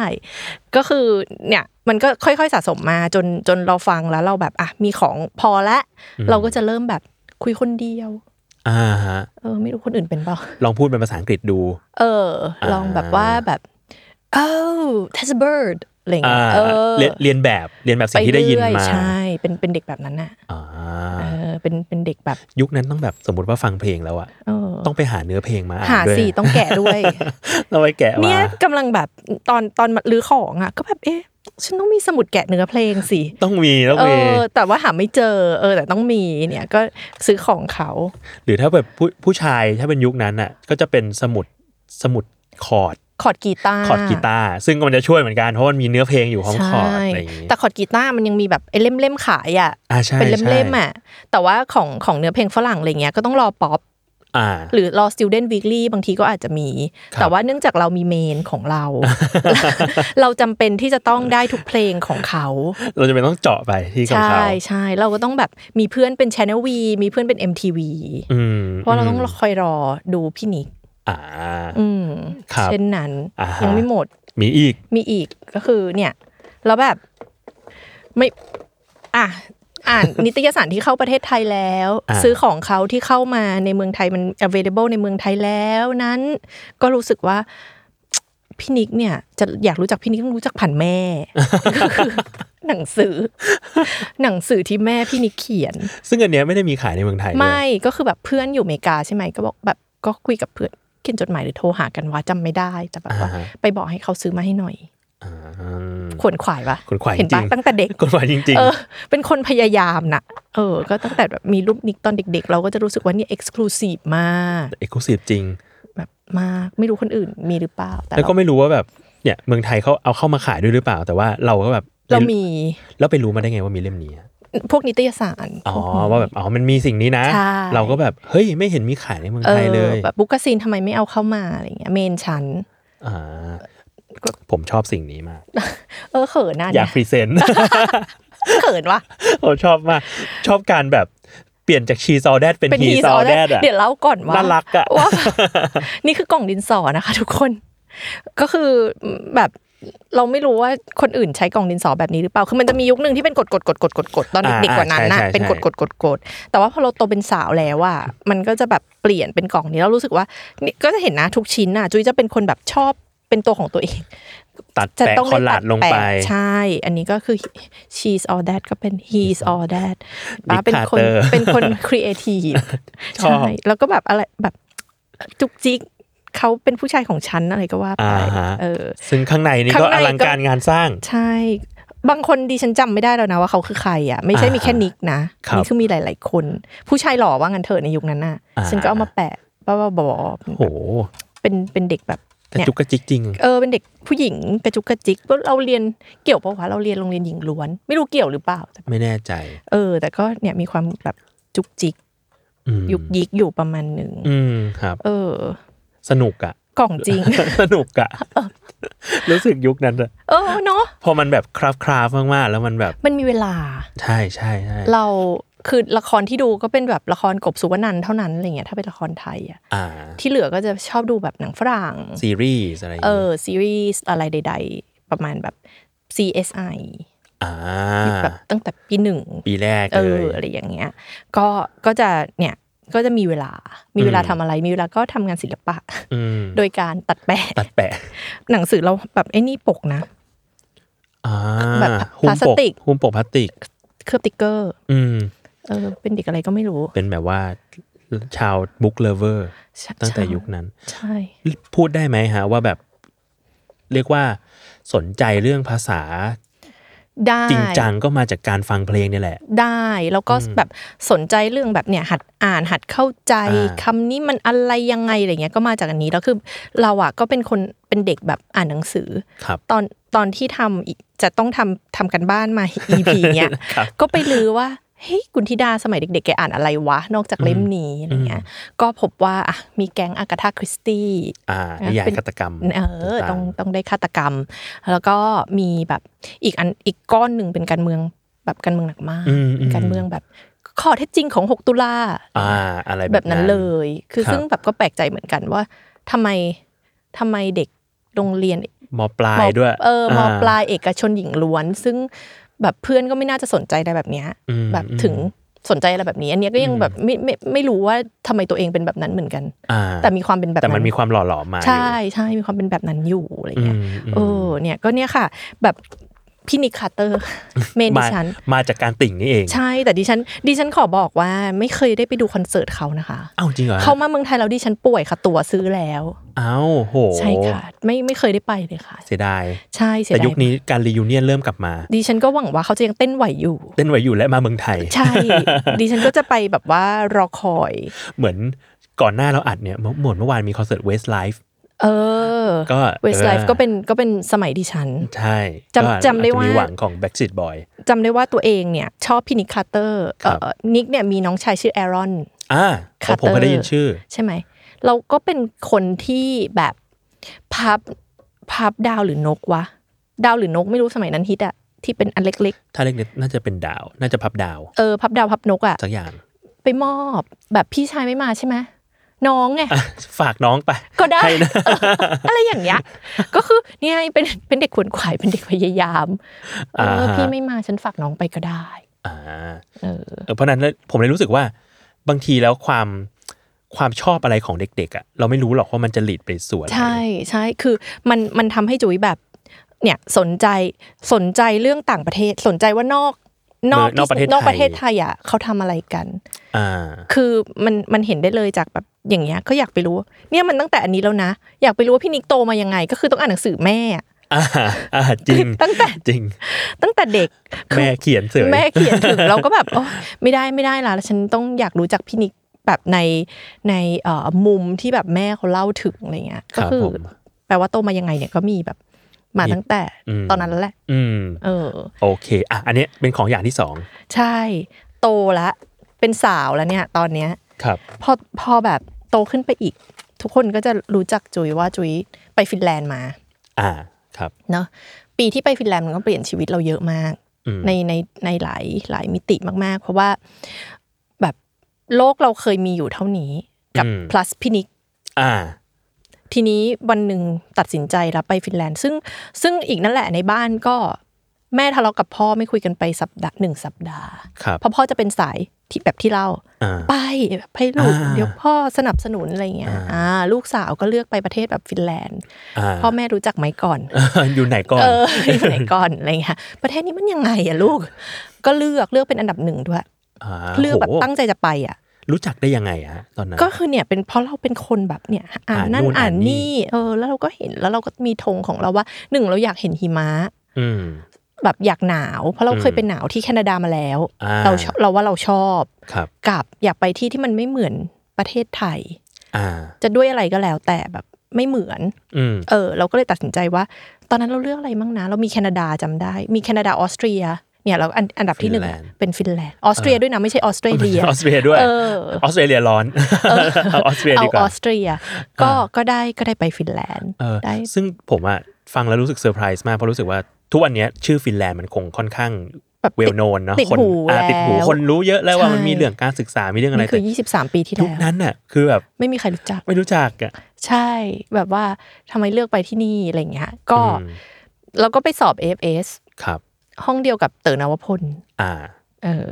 ก็คือเนี่ยมันก็ค่อยๆสะสมมาจนจนเราฟังแล้วเราแบบอ่ะมีของพอละ เราก็จะเริ่มแบบคุยคนเดียว อ่าฮะ เออ ไม่รู้คนอื่นเป็นเปล่า ลองพูดเป็นภาษาอังกฤษดู เออ ลองแบบว่าแบบ oh that's a bird อะไรอย่างเงี้ยเออ เรียนเรียนแบบเรียนแบบสิ่งที่ได้ยิน ปเรื่อ มา ใช่เป็นเป็นเด็กแบบนั้นน่ะ อ่า เออเป็นเป็นเด็กแบบ ยุคนั้นต้องแบบสมมติว่าฟังเพลงแล้วอะ เออ ต้องไปหาเนื้อเพลงมาอ่าน หา ด้วย สี่ต้องแกะด้วย เราไปแกะมา เนี่ยกำลังแบบตอนตอนมารื้อของอ่ะ ก็แบบเอ๊ะ ฉันต้องมีสมุดแกะเนื้อเพลงสิ ต้องมีต้อง เอ มี อ แต่ว่าหาไม่เจอ เออ แต่ต้องมีเนี่ยก็ซื้อของเขา หรือถ้าแบบผู้ผู้ชายถ้าเป็นยุคนั้นอ่ะก็จะเป็นสมุดสมุดคอร์ด คอร์ดกีตาร์ คอร์ดกีตาร์ซึ่งมันจะช่วยเหมือนกันเพราะมันมีเนื้อเพลงอยู่ของคอร์ด ใช่ อะไรอย่างงี้ แต่คอร์ดกีตาร์มันยังมีแบบไอ้เล่มๆขายอ่ะ อ่าใช่ เป็นเล่ม ใช่ ๆอ่ะ แต่ว่าของของเนื้อเพลงฝรั่งอะไรเงี้ยก็ต้องรอป๊อป อ่า หรือรอ student weekly บางทีก็อาจจะมี ครับ แต่ว่าเนื่องจากเรามีเมนของเรา เราจำเป็นที่จะต้องได้ทุกเพลงของเขา เราจะเป็นต้องเจาะไปที่ของ ใช่ เขา ใช่เราก็ต้องแบบมีเพื่อนเป็น Channel V มีเพื่อนเป็น MTV อืม เพราะเราต้องคอยรอดูพี่นิก อ่า อืม ครับ เช่นนั้น อ่าฮะ ยังไม่หมด มีอีก มีอีกก็คือเนี่ยแล้วแบบไม่อ่ะ อ่าน นิตยสารที่เข้าประเทศไทยแล้ว อ่า ซื้อของเขาที่เข้ามาในเมืองไทยมัน available ในเมืองไทยแล้วนั้น ก็รู้สึกว่า พี่นิกเนี่ย จะอยากรู้จักพี่นิกต้องรู้จักผ่านแม่ ก็คือหนังสือ หนังสือที่แม่พี่นิกเขียน ซึ่งอันเนี้ยไม่ได้มีขายในเมืองไทยด้วย ไม่ก็คือแบบเพื่อนอยู่อเมริกาใช่ไหมก็บอกแบบก็คุยกับเพื่อนเขียนจดหมายหรือโทรหากันว่าจำไม่ได้แต่แบบ อ่า ว่า ฮะ ไปบอกให้เขาซื้อมาให้หน่อย อ่า ขวนขวายปะ ขวนขวาย เห็น จริ ปะ ง ตั้งแต่เด็ก กฎหมายจริง เออ เป็นคนพยายามนะเออ ก็ตั้งแต่แบบมีรูปนิกตอนเด็ก ๆ เราก็จะรู้สึกว่าเนี่ยเอ็กซ์คลูซีฟมาก ๆ เอกลุศิจริง แบบมากไม่รู้คนอื่นมีหรือเปล่า แต่ แล้วก็ เรา ไม่รู้ว่าแบบเนี่ยเมืองไทยเขาเอาเข้ามาขายด้วยหรือเปล่า แต่ว่าเราก็แบบ เรามี แล้วไปรู้มาได้ไงว่ามีเล่มนี้อะ พวกนิตยสาร อ๋อว่าแบบอ๋อมันมีสิ่งนี้นะ ใช่ เราก็แบบเฮ้ยไม่เห็นมีขายในเมือง เอ ไทยเล อย แบบบุ๊กซีนทำไมไม่เอาเข้ามาอะไรเงี้ยเมนชั้น อ่าผมชอบสิ่งนี้มาก เออเขินนะ อยาก เนี่ย พรีเซนต์ เขินวะ ผมชอบมาก ชอบการแบบเปลี่ยนจากชีซอลแดดเป็น เป็น ฮี ฮี ซ ซ อ อ ล ล แด แด ด ด อ่ะ เดี๋ยวเล่าก่อนว่า น่ารักอะ ว่า นี่คือกล่องดินสอนะคะ ทุกคน ก็คือแบบเราไม่รู้ว่าคนอื่นใช้กล่องดินสอแบบนี้หรือเปล่า คือมันจะมียุคหนึ่งที่เป็นกดกดกดกดกดกดตอนเด็กๆกว่านั้น อ่า นะ ใช่ใช่ เป็น ใช่ กดกดกดกดแต่ว่าพอเราโตเป็นสาวแล้วอ่ะมันก็จะแบบเปลี่ยนเป็นกล่องนี้แล้วรู้สึกว่านี่ก็จะเห็นนะทุกชิ้นน่ะจุ้ยจะเป็นคนแบบชอบเป็นตัวของตัวเอง ตัด จะ แปะ ต้อง คอลลาดลงไป แปะใช่ อันนี้ก็คือ she's all that ก็เป็น he's all that นิก ป้าเป็นคน Carter เป็นคน creative ชอบ ใช่ แล้วก็แบบอะไรแบบจุกจิกเขาเป็นผู้ชายของฉันอะไรก็ว่าไป อ่าฮะ เออ ซึ่งข้างในนี่ก็ ข้างใน อ ก็ ลังการงานสร้าง ใช่ บางคนดิฉันจำไม่ได้แล้วนะว่าเขาคือใครอ่ะ ไม่ใช่มีแค่นิกนะ ครับ นี่คือมีหลาย ๆ คน ผู้ชายหล่อว่างันเถอะในยุคนั้นน่ะซึ่งก็เอามาแปะบ้าๆบอ โอ้โห ๆเป็นเป็นเด็กแบบ กระ เนี่ย จุกกระจิกจริง เออเป็นเด็กผู้หญิงกระจุกกระจิกก็เราเรียนเกี่ยวปะวะเราเรียนโรงเรียนหญิงล้วน ไม่รู้เกี่ยวหรือเปล่าแต่ ไม่แน่ใจ เออ แต่ก็เนี่ยมีความแบบจุกจิก อืม ยุกยิกอยู่ประมาณหนึ่ง อืมครับ เออ สนุกอะ กล่องจริง สนุกอะรู้สึกยุคนั้นอะ เออเนาะ พอมันแบบคราฟคราฟมากๆ แล้วมันแบบ มันมีเวลา ใช่ใช่ใช่ เราคือละครที่ดูก็เป็นแบบละครกบสุวรรณันท์เท่านั้นอะไรเงี้ยถ้าเป็นละครไทยอ่ะ อ่า ที่เหลือก็จะชอบดูแบบหนังฝรั่ง ซีรีส์อะไรอย่าง เอ เงี้ อย ซีรีส์อะไรใด ๆ ประมาณแบบ CSI ่า แบบตั้งแต่ปีหนึ่ง ปีแรก เอ เล อย อะไรอย่างเงี้ย ก็ก็จะเนี่ยก็จะมีเวลา มีเวลาทำอะไร มีเวลาก็ทำงานศิลปะ อืม โดยการตัดแปะ ตัดแปะ หนังสือเราแบบไอ้นี่ปกนะ อ่า แบบ หุ้ม พลาสติก หุ้มปกพลาสติก เคลือบติ๊กเกอร์ อืม เออเป็นเด็กอะไรก็ไม่รู้ เป็นแบบว่าชาวบุ๊กเลเวอร์ ใช่ ตั้งแต่ยุค ใช่ นั้น ใช่ พูดได้ไหมฮะ ว่าแบบ เรียกว่าสนใจเรื่องภาษา ได้ จริงจังก็มาจากการฟังเพลงนี่แหละ ได้แล้วก็แบบสนใจเรื่องแบบเนี่ยหัดอ่านหัดเข้าใจ อ่า คำนี้มันอะไรยังไงอะไรเงี้ยก็มาจากอันนี้แล้วคือเราอ่ะก็เป็นคนเป็นเด็กแบบอ่านหนังสือ ครับ ตอนตอนที่ทำอีกจะต้องทำทำกันบ้านมา EP เนี้ย ครับ ก็ไปลือว่าเฮ้ยกุนธิดาสมัยเด็กๆแกอ่านอะไรวะ นอกจากเล่มนี้อะไรเงี้ยก็พบว่าอ่ะมีแก๊งอากาธาคริสตี้ อ่านิยาย เป็น ฆาตกรรม เออ ต่า ต้อง งๆ ต้องได้ฆาตกรรม แล้วก็มีแบบอีกอันอีกก้อนหนึ่งเป็นการเมืองแบบการเมืองหนักมาก อืมอืม การเมืองแบบข้อเท็จจริงของ 6 ตุลา อ่า อะไร แบ แบบ นั้นเลย คือซึ่งแบบก็แปลกใจเหมือนกันว่าทำไมทำไมเด็กโรงเรียน มอปลายด้วย เออมอปลาย ยเอกชนหญิงล้วน ซึ่งแบบเพื่อนก็ไม่น่าจะสนใจอะไรแบบเนี้ย อืม แบบ อืม ถึงสนใจอะไรแบบนี้ อันเนี้ยก็ยังแบบไม่ไม่ไม่รู้ว่าทำไมตัวเองเป็นแบบนั้นเหมือนกัน อ่า แต่มีความเป็นแบบ แต่มันมี น ความหล่อหลอมมาอยู่ ใช่ใช่มีความเป็นแบบนั้นอยู่อะไร อื เงี้ย มอืม เออเนี่ยก็เนี่ยค่ะ แบบ พี่นิคคาร์เต อร์ เมนดิ มา ฉัน มาจากการติ่งนี่เอง ใช่แต่ดิฉันดิฉันขอบอกว่าไม่เคยได้ไปดูคอนเสิร์ตเขานะคะ เอ้าจริงเหรอฮะ เขามาเมืองไทยแล้วดิฉันป่วยค่ะตั๋วซื้อแล้ว เอ้าโห ใช่ค่ะ ไม่ไม่เคยได้ไปเลยค่ะ เสียดาย ใช่เสีย แต่ ดาย ยุคนี้การรี u n เนียนเริ่มกลับมา ดิฉันก็หวังว่าเขาจะยังเต้นไหวอยู่ เต้นไหวอยู่และมาเมืองไทย ใช่ ดิฉันก็จะไปแบบว่ารอคอย เหมือนก่อนหน้าเราอัดเนี่ยเมื่อเหมือนเมื่อวานมีคอนเสิร์ตเวสไลฟ์ เออ ก็ เวสไล อ ฟ์ อ ก็เป็นก็เป็นสมัยดิฉัน ใช่ จำ ก็ จำได้ อจะมี ว่า หวังของ Backstreet Boy จำได้ว่าตัวเองเนี่ย ชอบพี่นิกคาร์เตอร์ ครับ เอ่อนิกเนี่ยมีน้องชายชื่อแอรอน อ่า คาร์เตอผมร์เคยได้ยินชื่อ ใช่ไหม เราก็เป็นคนที่แบบพับพับดาวหรือนกวะ ดาวหรือนกไม่รู้สมัยนั้นฮิตอะที่เป็นอันเล็ก ถ้าเรียกเนี่ยน่าจะเป็นดาว น่าจะพับดาว ๆ เออพับดาวพับนกอะ สักอย่าง ไปมอบแบบพี่ชายไม่มาใช่ไหมน้องไง อ่ะฝากน้องไป ก็ได้ ใครนะ เอออะไรอย่างเงี้ย ก็คือเนี่ยเป็นเป็นเด็กขวนขวายเป็นเด็กพยายามเอออา ฮะ พี่ไม่มาฉันฝากน้องไปก็ได้ อ่า เออ เออเพราะฉะนั้นแล้วผมเลยรู้สึกว่าบางทีแล้วความความชอบอะไรของเด็กๆอ่ะเราไม่รู้หรอกว่ามันจะหลีดไปส่วน ใช่ใช่คือมันมันทำให้จุ๋ยแบบ เนี่ยสนใจสนใจเรื่องต่างประเทศสนใจว่านอกที่นอกประเทศไทยอ่ะเขาทำอะไรกัน อ่า คือมันมันเห็นได้เลยจากแบบอย่างเงี้ยก็อยากไปรู้ว่าเนี่ยมันตั้งแต่อันนี้แล้วนะ อยากไปรู้ว่าพี่นิกโตมายังไง ก็คือต้องอ่านหนังสือแม่อะ อ่าอ่าจริง ตั้งแต่ จริง ตั้งแต่เด็กคือ แม่เขียนเสย แม่เขียนถึง เราก็แบบโอ๊ยไม่ได้ไม่ได้ละแล้วฉันต้องอยากรู้จักพี่นิกแบบในในเอ่อมุมที่แบบแม่เขาเล่าถึงอะไรเงี้ย ค ก็ รับ คือ ผม แปลว่าโตมายังไงเนี่ยก็มีแบบมาตั้งแต่ อืม ตอนนั้นแล้วแหละ อืม เออ โอเค อ่ะ อันเนี้ยเป็นของอย่างที่สอง ใช่ โตละเป็นสาวแล้วเนี่ย ตอนเนี้ย ครับ พอพอแบบโตขึ้นไปอีก ทุกคนก็จะรู้จักจุยว่าจุยไปฟินแลนด์มา อ่า ครับ เนาะปีที่ไปฟินแลนด์มันก็เปลี่ยนชีวิตเราเยอะมาก อืม ในในในหลายหลายมิติมากๆ เพราะว่าแบบโลกเราเคยมีอยู่เท่านี้กับ อืม plus พินิก อ่า ทีนี้วันหนึ่งตัดสินใจรับไปฟินแลนด์ ซึ่งซึ่งอีกนั่นแหละในบ้านก็แม่ทะเลาะกับพ่อไม่คุยกันไปสัปดาห์หนึ่งสัปดาห์ ครับ เพราะพ่อจะเป็นสายที่แบบที่เล่า อ่า ไปแบบให้ลูก อ่า เดี๋ยวพ่อสนับสนุนอะไรเงี้ย อ่า อ่าลูกสาวก็เลือกไปประเทศแบบฟินแลนด์ อ่า พ่อแม่รู้จักไหมก่อน อยู่ไหนก่อน เออที่ไหนก่อนอะไรเงี้ยประเทศนี้มันยังไงอะลูก ก็เลือกเลือกเป็นอันดับหนึ่งด้วย อ่า เลือกแบบ โห ตั้งใจจะไปอ่ะ รู้จักได้ยังไงอะฮะตอนนั้น ก็คือเนี่ยเป็นเพราะเราเป็นคนแบบเนี่ยอ่าอ่านน นั่น นู่น อ่า อ่านนนี่ นี่เออ แล้วเราก็เห็นแล้วเราก็มีธงของเราว่าหนึ่งเราอยากเห็นหิมะ อืม แบบอยากหนาว เพราะเรา อืม เคยเป็นหนาวที่แคนาดามาแล้ว อ่า เราชอบเราว่าเราชอบ ครับ กับอยากไปที่ที่มันไม่เหมือนประเทศไทย อ่า จะด้วยอะไรก็แล้วแต่แบบไม่เหมือน อืม เออ เราก็เลยตัดสินใจว่า ตอนนั้นเราเลือกอะไรมั่งนะ เรามีแคนาดาจำได้ มีแคนาดาออสเตรียเนี่ยเราอันอันดับที่หนึ่งอะ ฟินแลนด์ เป็นฟินแลนด์ออสเตรียด้วยนะไม่ใช่ออสเตรเลีย ออสเตรเลียด้วย เออ ออสเตรเลียร้อน เอาออสเตรเลีย เอา ดีก อ ว่า อสเตรียก็ก็ได้ก็ได้ไปฟินแลนด์ เออ ได้ ซึ่งผมอะฟังแล้วรู้สึกเซอร์ไพรส์มากเพราะรู้สึกว่าทุกวันเนี้ยชื่อฟินแลนด์มันคงค่อนข้าง แบบติด เวลโนนเนาะ ติด คน หู อ่า แล้ว ติดหูคนรู้เยอะแล้วว่ามัน ใช่ มีเรื่องการศึกษามีเรื่องอะไร นี่คื แต่ อ 23 ปีที่ ยุค แล้ว นั้นน่ะคือแบบ ไม่มีใครรู้จัก ไม่รู้จักอะ ใช่แบบว่าทำไมเลือกไปที่นี่อะไรอย่างเงี้ยก็ อืม เราก็ไปสอบ AFS ครับ ห้องเดียวกับเต๋อนวพล อ่า เออ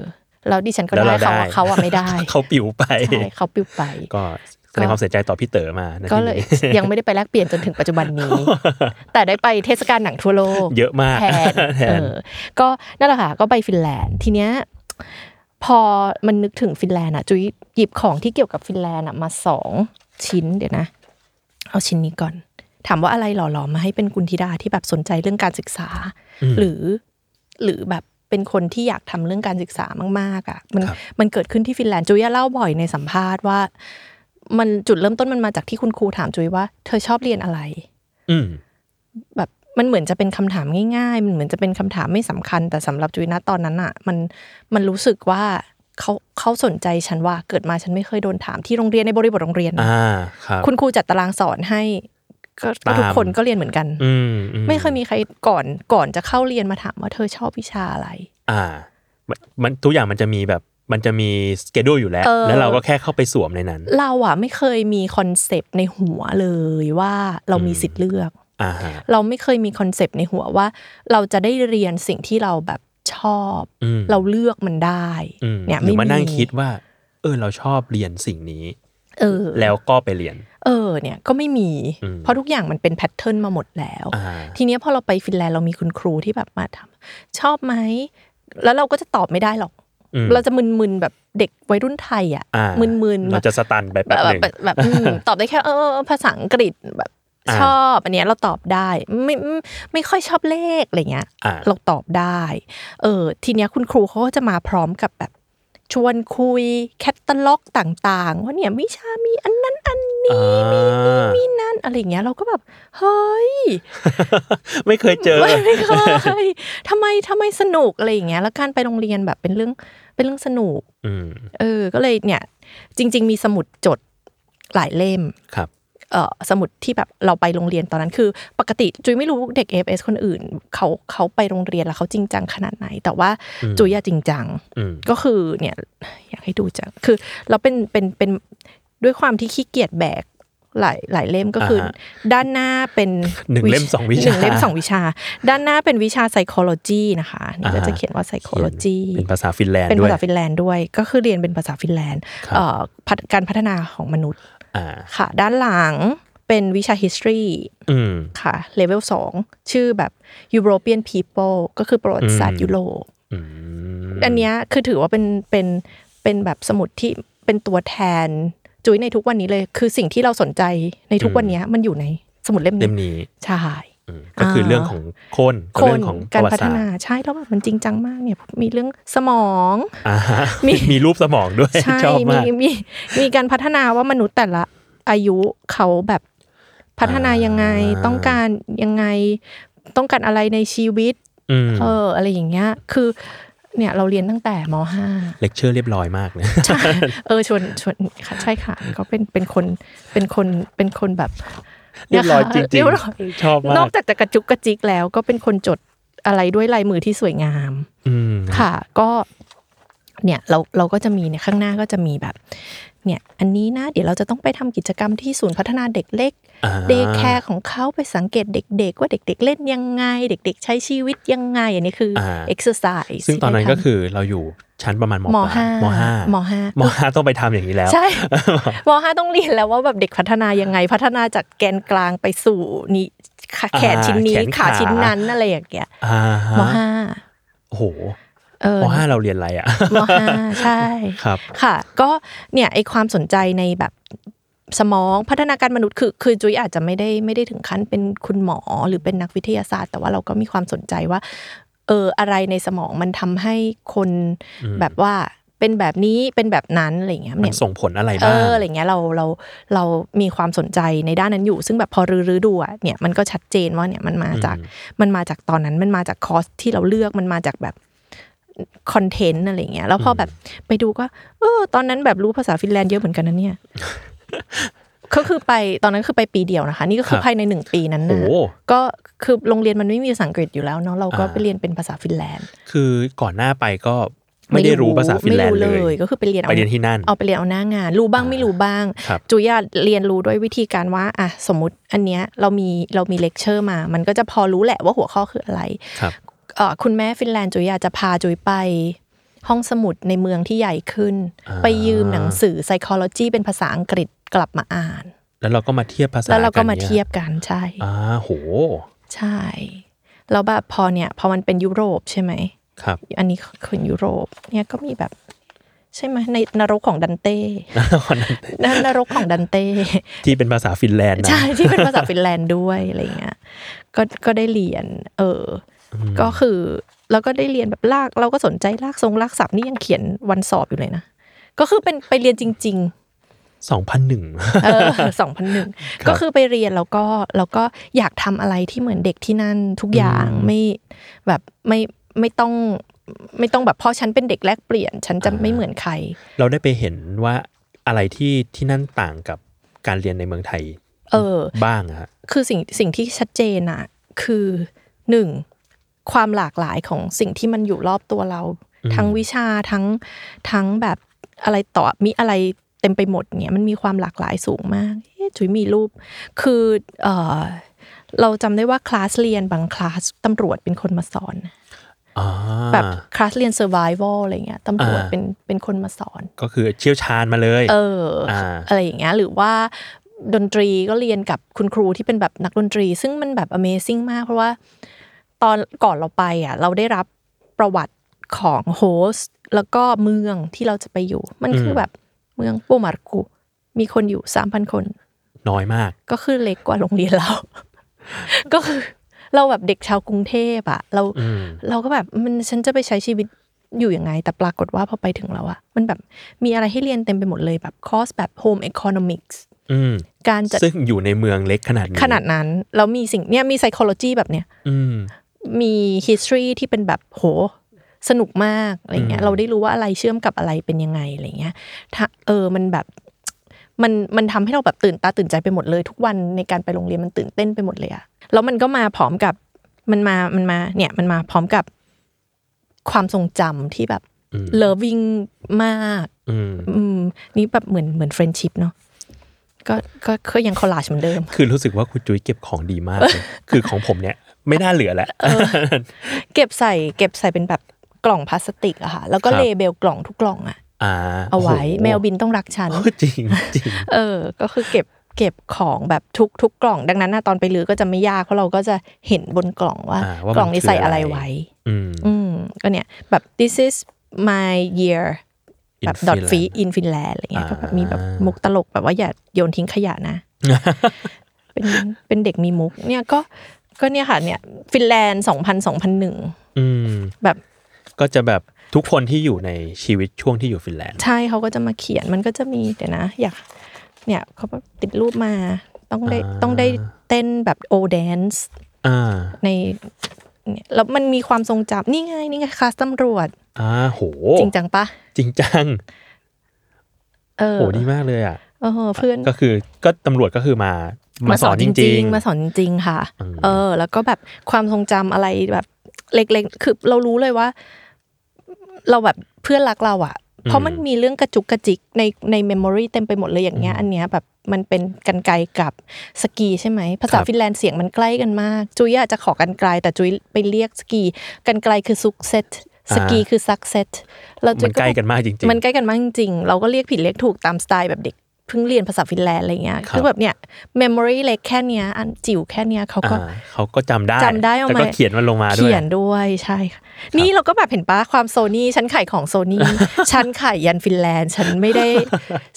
แล้วดิฉันก็ แล้ว ได้ เรา เขา ได้ อะเขาอะไม่ได้ เขาปิวไป ใช่เขาปิวไป ก็แสดงความเสียใจต่อพี่เต๋อมานะ ก็เลย ที่นี้ ยังไม่ได้ไปแลกเปลี่ยนจนถึงปัจจุบัน นี้ แต่ได้ไปเทศกาลหนังทั่วโลก เยอะมาก แทน แท เอน อก็นั่นแหละค่ะ ก็ไปฟินแลนด์ทีเนี้ยพอมันนึกถึงฟินแลนด์อ่ะจุยหยิบของที่เกี่ยวกับฟินแลนด์อ่ะมาสองชิ้นเดี๋ยวนะ เอาชิ้นนี้ก่อน ถามว่าอะไรหล่อหลอมมาให้เป็นกุนธิดาที่แบบสนใจเรื่องการศึกษา อืม หรือหรือแบบเป็นคนที่อยากทำเรื่องการศึกษามาก ๆอ่ะมัน ครับ มันเกิดขึ้นที่ฟินแลนด์จุยอะเล่าบ่อยในสัมภาษณ์ว่า มันจุดเริ่มต้นมันมาจากที่คุณครูถามจุยว่าเธอชอบเรียนอะไร อืม แบบมันเหมือนจะเป็นคำถามง่ายๆ มันเหมือนจะเป็นคำถามไม่สำคัญ แต่สำหรับจุยนะตอนนั้นอ่ะ มันมันรู้สึกว่าเขาเขาสนใจฉันว่าเกิดมาฉันไม่เคยโดนถามที่โรงเรียนในบริบทโรงเรียนนะ อ่าครับ คุณครูจัดตารางสอนให้ก็ก็ทุก ตาม คนก็เรียนเหมือนกัน อืมอื ไม่เคยมีใครก่อนก่อนจะเข้าเรียนมาถามว่าเธอชอบวิชาอะไร อ่ามันมันทุกอย่างมันจะมีแบบมันจะมีสเกดูอยู่แล้ว เออ แล้วเราก็แค่เข้าไปสวมในนั้น เราอ่ะไม่เคยมีคอนเซปต์ในหัวเลยว่าเรามีสิทธิ์เลือก อ่าฮะ เราไม่เคยมีคอนเซปต์ในหัวว่า เราจะได้เรียนสิ่งที่เราแบบชอบ อืม เราเลือกมันได้ อืม เนี่ย หรือ ไ มานั่งคิดว่า เออเราชอบเรียนสิ่งนี้ เออ แล้วก็ไปเรียน เออเนี่ยก็ไม่มี อืม เพราะทุกอย่างมันเป็นแพทเทิร์นมาหมดแล้ว อ่า ทีเนี้ยพอเราไปฟินแลนด์เรามีคุณครูที่แบบมาทำชอบไหม แล้วเราก็จะตอบไม่ได้หรอก อืม เราจะมึนๆแบบเด็กวัยรุ่นไทยอ่ะ อ่า มึนๆแบ เรา บ จะสตันไปแป๊บหนึ่ง แบบแบบอื ม ตอบได้แค่เออเออภาษาอังกฤษแบบ อ่า ชอบอันเนี้ยเราตอบได้ไม่ไม่ไม่ค่อยชอบเลขอะไรเงี้ย อ่า เราตอบได้ เออทีเนี้ยคุณครูเขาก็จะมาพร้อมกับแบบชวนคุยแคตตาล็อกต่าง ๆ ว่าเนี่ยวิชามีอันนั้นอันนี้ อ่า มีนั่นอะไรเงี้ยเราก็แบบเฮ้ย ไม่เคยเจอ ไม่เคย ทำไมทำไมสนุกอะไรอย่างเงี้ยแล้วการไปโรงเรียนแบบเป็นเรื่องเป็นเรื่องสนุก อืม เออ ก็เลยเนี่ย จริง ๆ มีสมุดจดหลายเล่ม ครับ เอ่อสมุดที่แบบเราไปโรงเรียนตอนนั้นคือ ปกติจุยไม่รู้เด็ก AFS คนอื่นเขาเขาไปโรงเรียนแล้วเขาจริงจังขนาดไหน แต่ว่า อืม จุยอะจริงจัง อืม ก็คือเนี่ยอยากให้ดูจังคือเราเป็นเป็นเป็นด้วยความที่ขี้เกียจแบกหลายหลายเล่มก็คืออา ฮะ ด้านหน้าเป็น หนึ่งเล่มสองวิชา หนึ่งเล่มสองวิชา ด้านหน้าเป็นวิชา psychology นะคะนี่ก็จะเขียนว่า psychology เป็นภาษาฟินแลนด์ เป็น ด้วย ภาษาฟินแลนด์ด้วย ก็คือเรียนเป็นภาษาฟินแลนด์ ครับ เอ่อพัฒการพัฒนาของมนุษย์ อ่า ค่ะด้านหลังเป็นวิชา history อืม ค่ะเลเวล2ชื่อแบบ European people ก็คือประวัติศาสต อื ร์ ม ยุโรป อืม อันเนี้ยคือถือว่าเป็นเป็นเป็นแบบสมุดที่เป็นตัวแทนจุ้ยในทุกวันนี้เลย คือสิ่งที่เราสนใจในทุกวันเนี้ยมันอยู่ในสมุดเล่ม เล่ นี้ มนี้ ใช่ อืมก็คืออา เรื่องของคนกับ ค เรื่ น องของการปะ ร วั พั ติ ฒ ศาสต นา ร์ ใช่แล้วแบบมันจริงจังมากเนี่ยมีเรื่องสมอง อ่าฮะ มี มีรูปสมองด้วย ใช่ ชอบ มี มาก มีมีการพัฒนาว่ามนุษย์แต่ละอายุเขาแบบพัฒนายังไง อ่า ต้องการยังไงต้องการอะไรในชีวิต อืม เอออะไรอย่างเงี้ยคือเนี่ยเราเรียนตั้งแต่มห้า เลคเชอร์เรียบร้อยมากเลย ใช่เออชวนชวนค่ะใช่ค่ะก็เป็นเป็นคนเป็นคนเป็นคนแบบ เรียบร้อยจริง เยบอย ๆชอบมาน อก กจากจะกระจุกกระจิกแล้วก็เป็นคนจดอะไรด้วยลายมือที่สวยงาม อืม ค่ะก็เนี่ยเราเราก็จะมีเนี่ยข้างหน้าก็จะมีแบบ เนี่ยอันนี้นะ เดี๋ยวเราจะต้องไปทำกิจกรรมที่ศูนย์พัฒนาเด็กเล็ก อ่า เด y c แคร์ของเขาไปสังเกตเด็ก ๆ ว่าเด็ก ๆ เล่นยังไง เด็ก ๆ ใช้ชีวิตยังไง อันนี้คืออา เอ็กซ์ไซส์ ซึ่งตอนนั้นก็คือเราอยู่ชั้นประมาณมปมลย ห้าม ห้าม ห้าม ห้าต้องไปทำอย่างนี้แล้ว ใช่ มห้าต้องเรียนแล้วว่าแบบเด็กพัฒนายังไง พัฒนาจากแกนกลางไปสู่นี้ขาแขนชิ้นนี้ อ่าแขน ขา ขา ชิ้นนั้นอะไรอย่างเงี้ย อ่ามฮะ ห้า โอ้โห เออ มห้าเราเรียนอะไรอ่ะ มห้าใช่ ครับ ค่ะก็เนี่ยไอความสนใจในแบบสมองพัฒนาการมนุษย์คือคือจุ้ยอาจจะไม่ได้ไม่ได้ถึงขั้นเป็นคุณหมอหรือเป็นนักวิทยาศาสตร์ แต่ว่าเราก็มีความสนใจว่าเอออะไรในสมองมันทำให้คน อืม แบบว่าเป็นแบบนี้เป็นแบบนั้นอะไรอย่างเงี้ย มัน เนี่ย ส่งผลอะไร เอ บ้าง ออะไรอย่างเงี้ยเราเราเรามีความสนใจในด้านนั้นอยู่ ซึ่งแบบพอรื้อๆดูอ่ะเนี่ยมันก็ชัดเจนว่าเนี่ยมันมาจาก อืม มันมาจากตอนนั้นมันมาจากคอร์สที่เราเลือกมันมาจากแบบคอนเทนต์อะไรเงี้ยแล้วพอแบบไปดูก็เออตอนนั้นแบบรู้ภาษาฟินแลนด์เยอะเหมือนกันนะ เนี่ย ก็คือไปตอนนั้นคือไปปีเดียวนะคะ นี่ก็คือ ครับ ภายในหนึ่งปีนั้น โอ้ นะ โห ก็คือโรงเรียนมันไม่มีภาษาอังกฤษอยู่แล้วเนาะเราก็ อ่า ไปเรียนเป็นภาษาฟินแลนด์ คือก่อนหน้าไปก็ไม่ได้รู้ภาษาฟินแลนด์เล ไม่รู้ ย ก็คือไปเรียนอา ไปเรียนที่นั่น เอาไปเรียนเอาหน้างาน รู้บ้าง อ่า ไม่รู้บ้าง ครับ จุยาเรียนรู้ด้วยวิธีการว่าอ่ะสมมติอันเนี้ยเรามีเรามีเลคเชอร์มา มันก็จะพอรู้แหละว่าหัวข้อคืออะไร ครับ เอ่อคุณแม่ฟินแลนด์จุยาจะพาจุยไป ห้องสมุดในเมืองที่ใหญ่ขึ้น อ่า ไปยืมหนังสือ psychology เป็นภาษาอังกฤษกลับมาอ่าน แล้วเราก็มาเทียบภาษา แล้วเราก็ น มา นี่ เทียบกันใช่ อ่าโห ใช่แล้วแบบพอเนี่ยพอมันเป็นยุโรปใช่ไหม ครับ อันนี้คือยุโรปเนี่ยก็มีแบบ ใช่ไหมในนรกของดันเต้ นนรกของดัน เต้ ที่เป็นภาษาฟินแลนด์นะ ใช่ที่เป็นภาษาฟินแลนด์ด้วยอะไรเงี้ยก็ก็ได้เรียน เอออก็คือแล้วก็ได้เรียนแบบลาก เราก็สนใจลากทรงลากศัพท์นี่ยังเขียนวันสอบอยู่เลยนะก็คือเป็นไปเรียนจริง สองพันหนึ่ง ๆ เออสองพันหนึ่ง ครับ ก็คือไปเรียนแล้วก็แล้วก็อยากทำอะไรที่เหมือนเด็กที่นั่นทุกอย่าง อืม ไม่แบบไม่ไม่ต้องไม่ต้องแบบเพราะฉันเป็นเด็กแลกเปลี่ยน ฉันจะไม่เหมือนใคร เราได้ไปเห็นว่าอะไรที่ที่นั่นต่างกับการเรียนในเมืองไทย เออ บ้างอะฮะ คือสิ่งสิ่งที่ชัดเจนอะคือหนึ่งความหลากหลายของสิ่งที่มันอยู่รอบตัวเรา อืม ทั้งวิชาทั้งทั้งแบบอะไรต่อมีอะไรเต็มไปหมดเนี่ยมันมีความหลากหลายสูงมากเอ๊ะจุ๋ยมีรูป คือเออเราจำได้ว่าคลาสเรียนบางคลาสตำรวจเป็นคนมาสอนนะ อ่า แบบคลาสเรียนเซอร์ไ a ว l อะไรเงี้ยตำรวจ อ่า เป็นเป็นคนมาสอน ก็คือเชี่ยวชาญมาเลย เออ อ่า อะไรอย่างเงี้ยหรือว่า ดนตรีก็เรียนกับคุณครูที่เป็นแบบนักดนตรี ซึ่งมันแบบ Amazing มาก เพราะว่าตอนก่อนเราไปอ่ะเราได้รับประวัติของโฮสต์แล้วก็เมืองที่เราจะไปอยู่ มันคืออ ม แบบเมืองโปมาร์กุมีคนอยู่สามพันคน น้อยมาก ก็คือเล็กกว่าโรงเรียนเรา ก็คือเราแบบเด็กชาวกรุงเทพอะเรา อืม เราก็แบบมันฉันจะไปใช้ชีวิตอยู่ยังไง แต่ปรากฏว่าพอไปถึงแล้วอะมันแบบมีอะไรให้เรียนเต็มไปหมดเลยแบบคอร์สแบบ home economics อืม การจัด ซึ่งอยู่ในเมืองเล็กขนาดนี้ ขนาดนั้น แล้วมีสิ่งเนี้ยมี psychology แบบเนี้ย อืม มี history ที่เป็นแบบโหสนุกมากอะไรเงี้ อื ย ม เราได้รู้ว่าอะไรเชื่อมกับอะไรเป็นยังไงอะไรเงี้ยถ้าเออมันแบบมันมันทำให้เราแบบตื่นตาตื่นใจไปหมดเลย ทุกวันในการไปโรงเรียนมันตื่นเต้นไปหมดเลยอะแล้วมันก็มาพร้อมกับมันมามันมาเนี่ยมันมาพร้อมกับความทรงจำที่แบบ อืม loving มาก อืม อืมนี่แบบเหมือนเหมือน friendship เนาะก็ก็ก็ยังคอลลาจเหมือนเดิม คือรู้สึกว่าคุณจุ้ยเก็บของดีมากเลยคือของผมเนี่ย ไม่น่าเหลือแล้ว เก็บใส่เก็บใส่เป็นแบบกล่องพลาสติกอะค่ะ แล้วก็ ครับ เลเบลกล่องทุกกล่องอะ อ่า เอาไว้ โโห แมวบินต้องรักฉัน เออจริงจริง เออ ก็คือเก็บเก็บของแบบทุกทุกกล่อง ดังนั้นนะตอนไปลือก็จะไม่ยากเพราะเราก็จะเห็นบนกล่องว่า อ่าว่ามัน กล่องนี้ใส่อะไร คืออะไร ไว้ อืม อืมก็เนี่ยแบบ this is my year In แบบ dot Finland fee in Finland อะไรเงี้ย อ่า ก็แบบมีแบบมุกตลกแบบว่าอย่าโยนทิ้งขยะ นะ เป็นเป็นเด็กมีมุก เนี่ยก็ก็เนี่ยค่ะเนี่ยฟินแลนด์2000 2001 อืม แบบ ก็จะแบบทุกคนที่อยู่ในชีวิตช่วงที่อยู่ฟินแลนด์ ใช่เขาก็จะมาเขียนมันก็จะมีเดี๋ยวนะ อยากเนี่ยเขาติดรูปมาต้องได้ อ่า ต้องได้เต้นแบบโอแดนซ์ อ่า ในเนี่ยแล้วมันมีความทรงจำนี่ไง นี่ไงคลาสตำรวจ อ่าโห จริงจังปะ จริงจัง เออ โหดีมากเลยอ่ะ เออเพื่อน ก็คือก็ตำรวจก็คือมามาสอนจริง มาสอนจริงๆค่ะ อืม เออ แล้วก็แบบความทรงจำอะไรแบบเล็กๆ คือเรารู้เลยว่า เราแบบเพื่อนรักเราอะเพราะมันมีเรื่องกระจุกกระจิกในในเมมโมรีเต็มไปหมดเลยอย่างเงี้ย อันเนี้ยแบบมันเป็นกันไกลกับสกีใช่ไหม ภาษา ครับ ฟินแลนด์เสียงมันใกล้กันมาก จุยอยากจะขอกันไกล แต่จุยไปเรียกสกีกันไกลคือซุกเซตสกีคือซักเซตแล้ว ๆ จุ มั ย น ก็ ใกล้ แบบ กันมากจริง มันใกล้กันมากจริงๆ เราก็เรียกผิดเรียกถูกตามสไตล์แบบเด็กเพิ่งเรียนภาษาฟินแลนด์อะไรเงี้ย ครับ คือแบบเนี่ยเมมโมรีเล็กแค่เนี้ยอันจิ๋วแค่เนี้ยเขา ๆ ก็ อ่าเขาก็จำได้ จำได้เอา แล้วก็ มา เขียนมันลงมาด้วย เขียนด้วยใช่ค่ะนี่เราก็แบบเห็นป้าความโซนี่ฉันขายของโซ นี่ ฉันขายยันฟินแลนด์ ฉันไม่ได้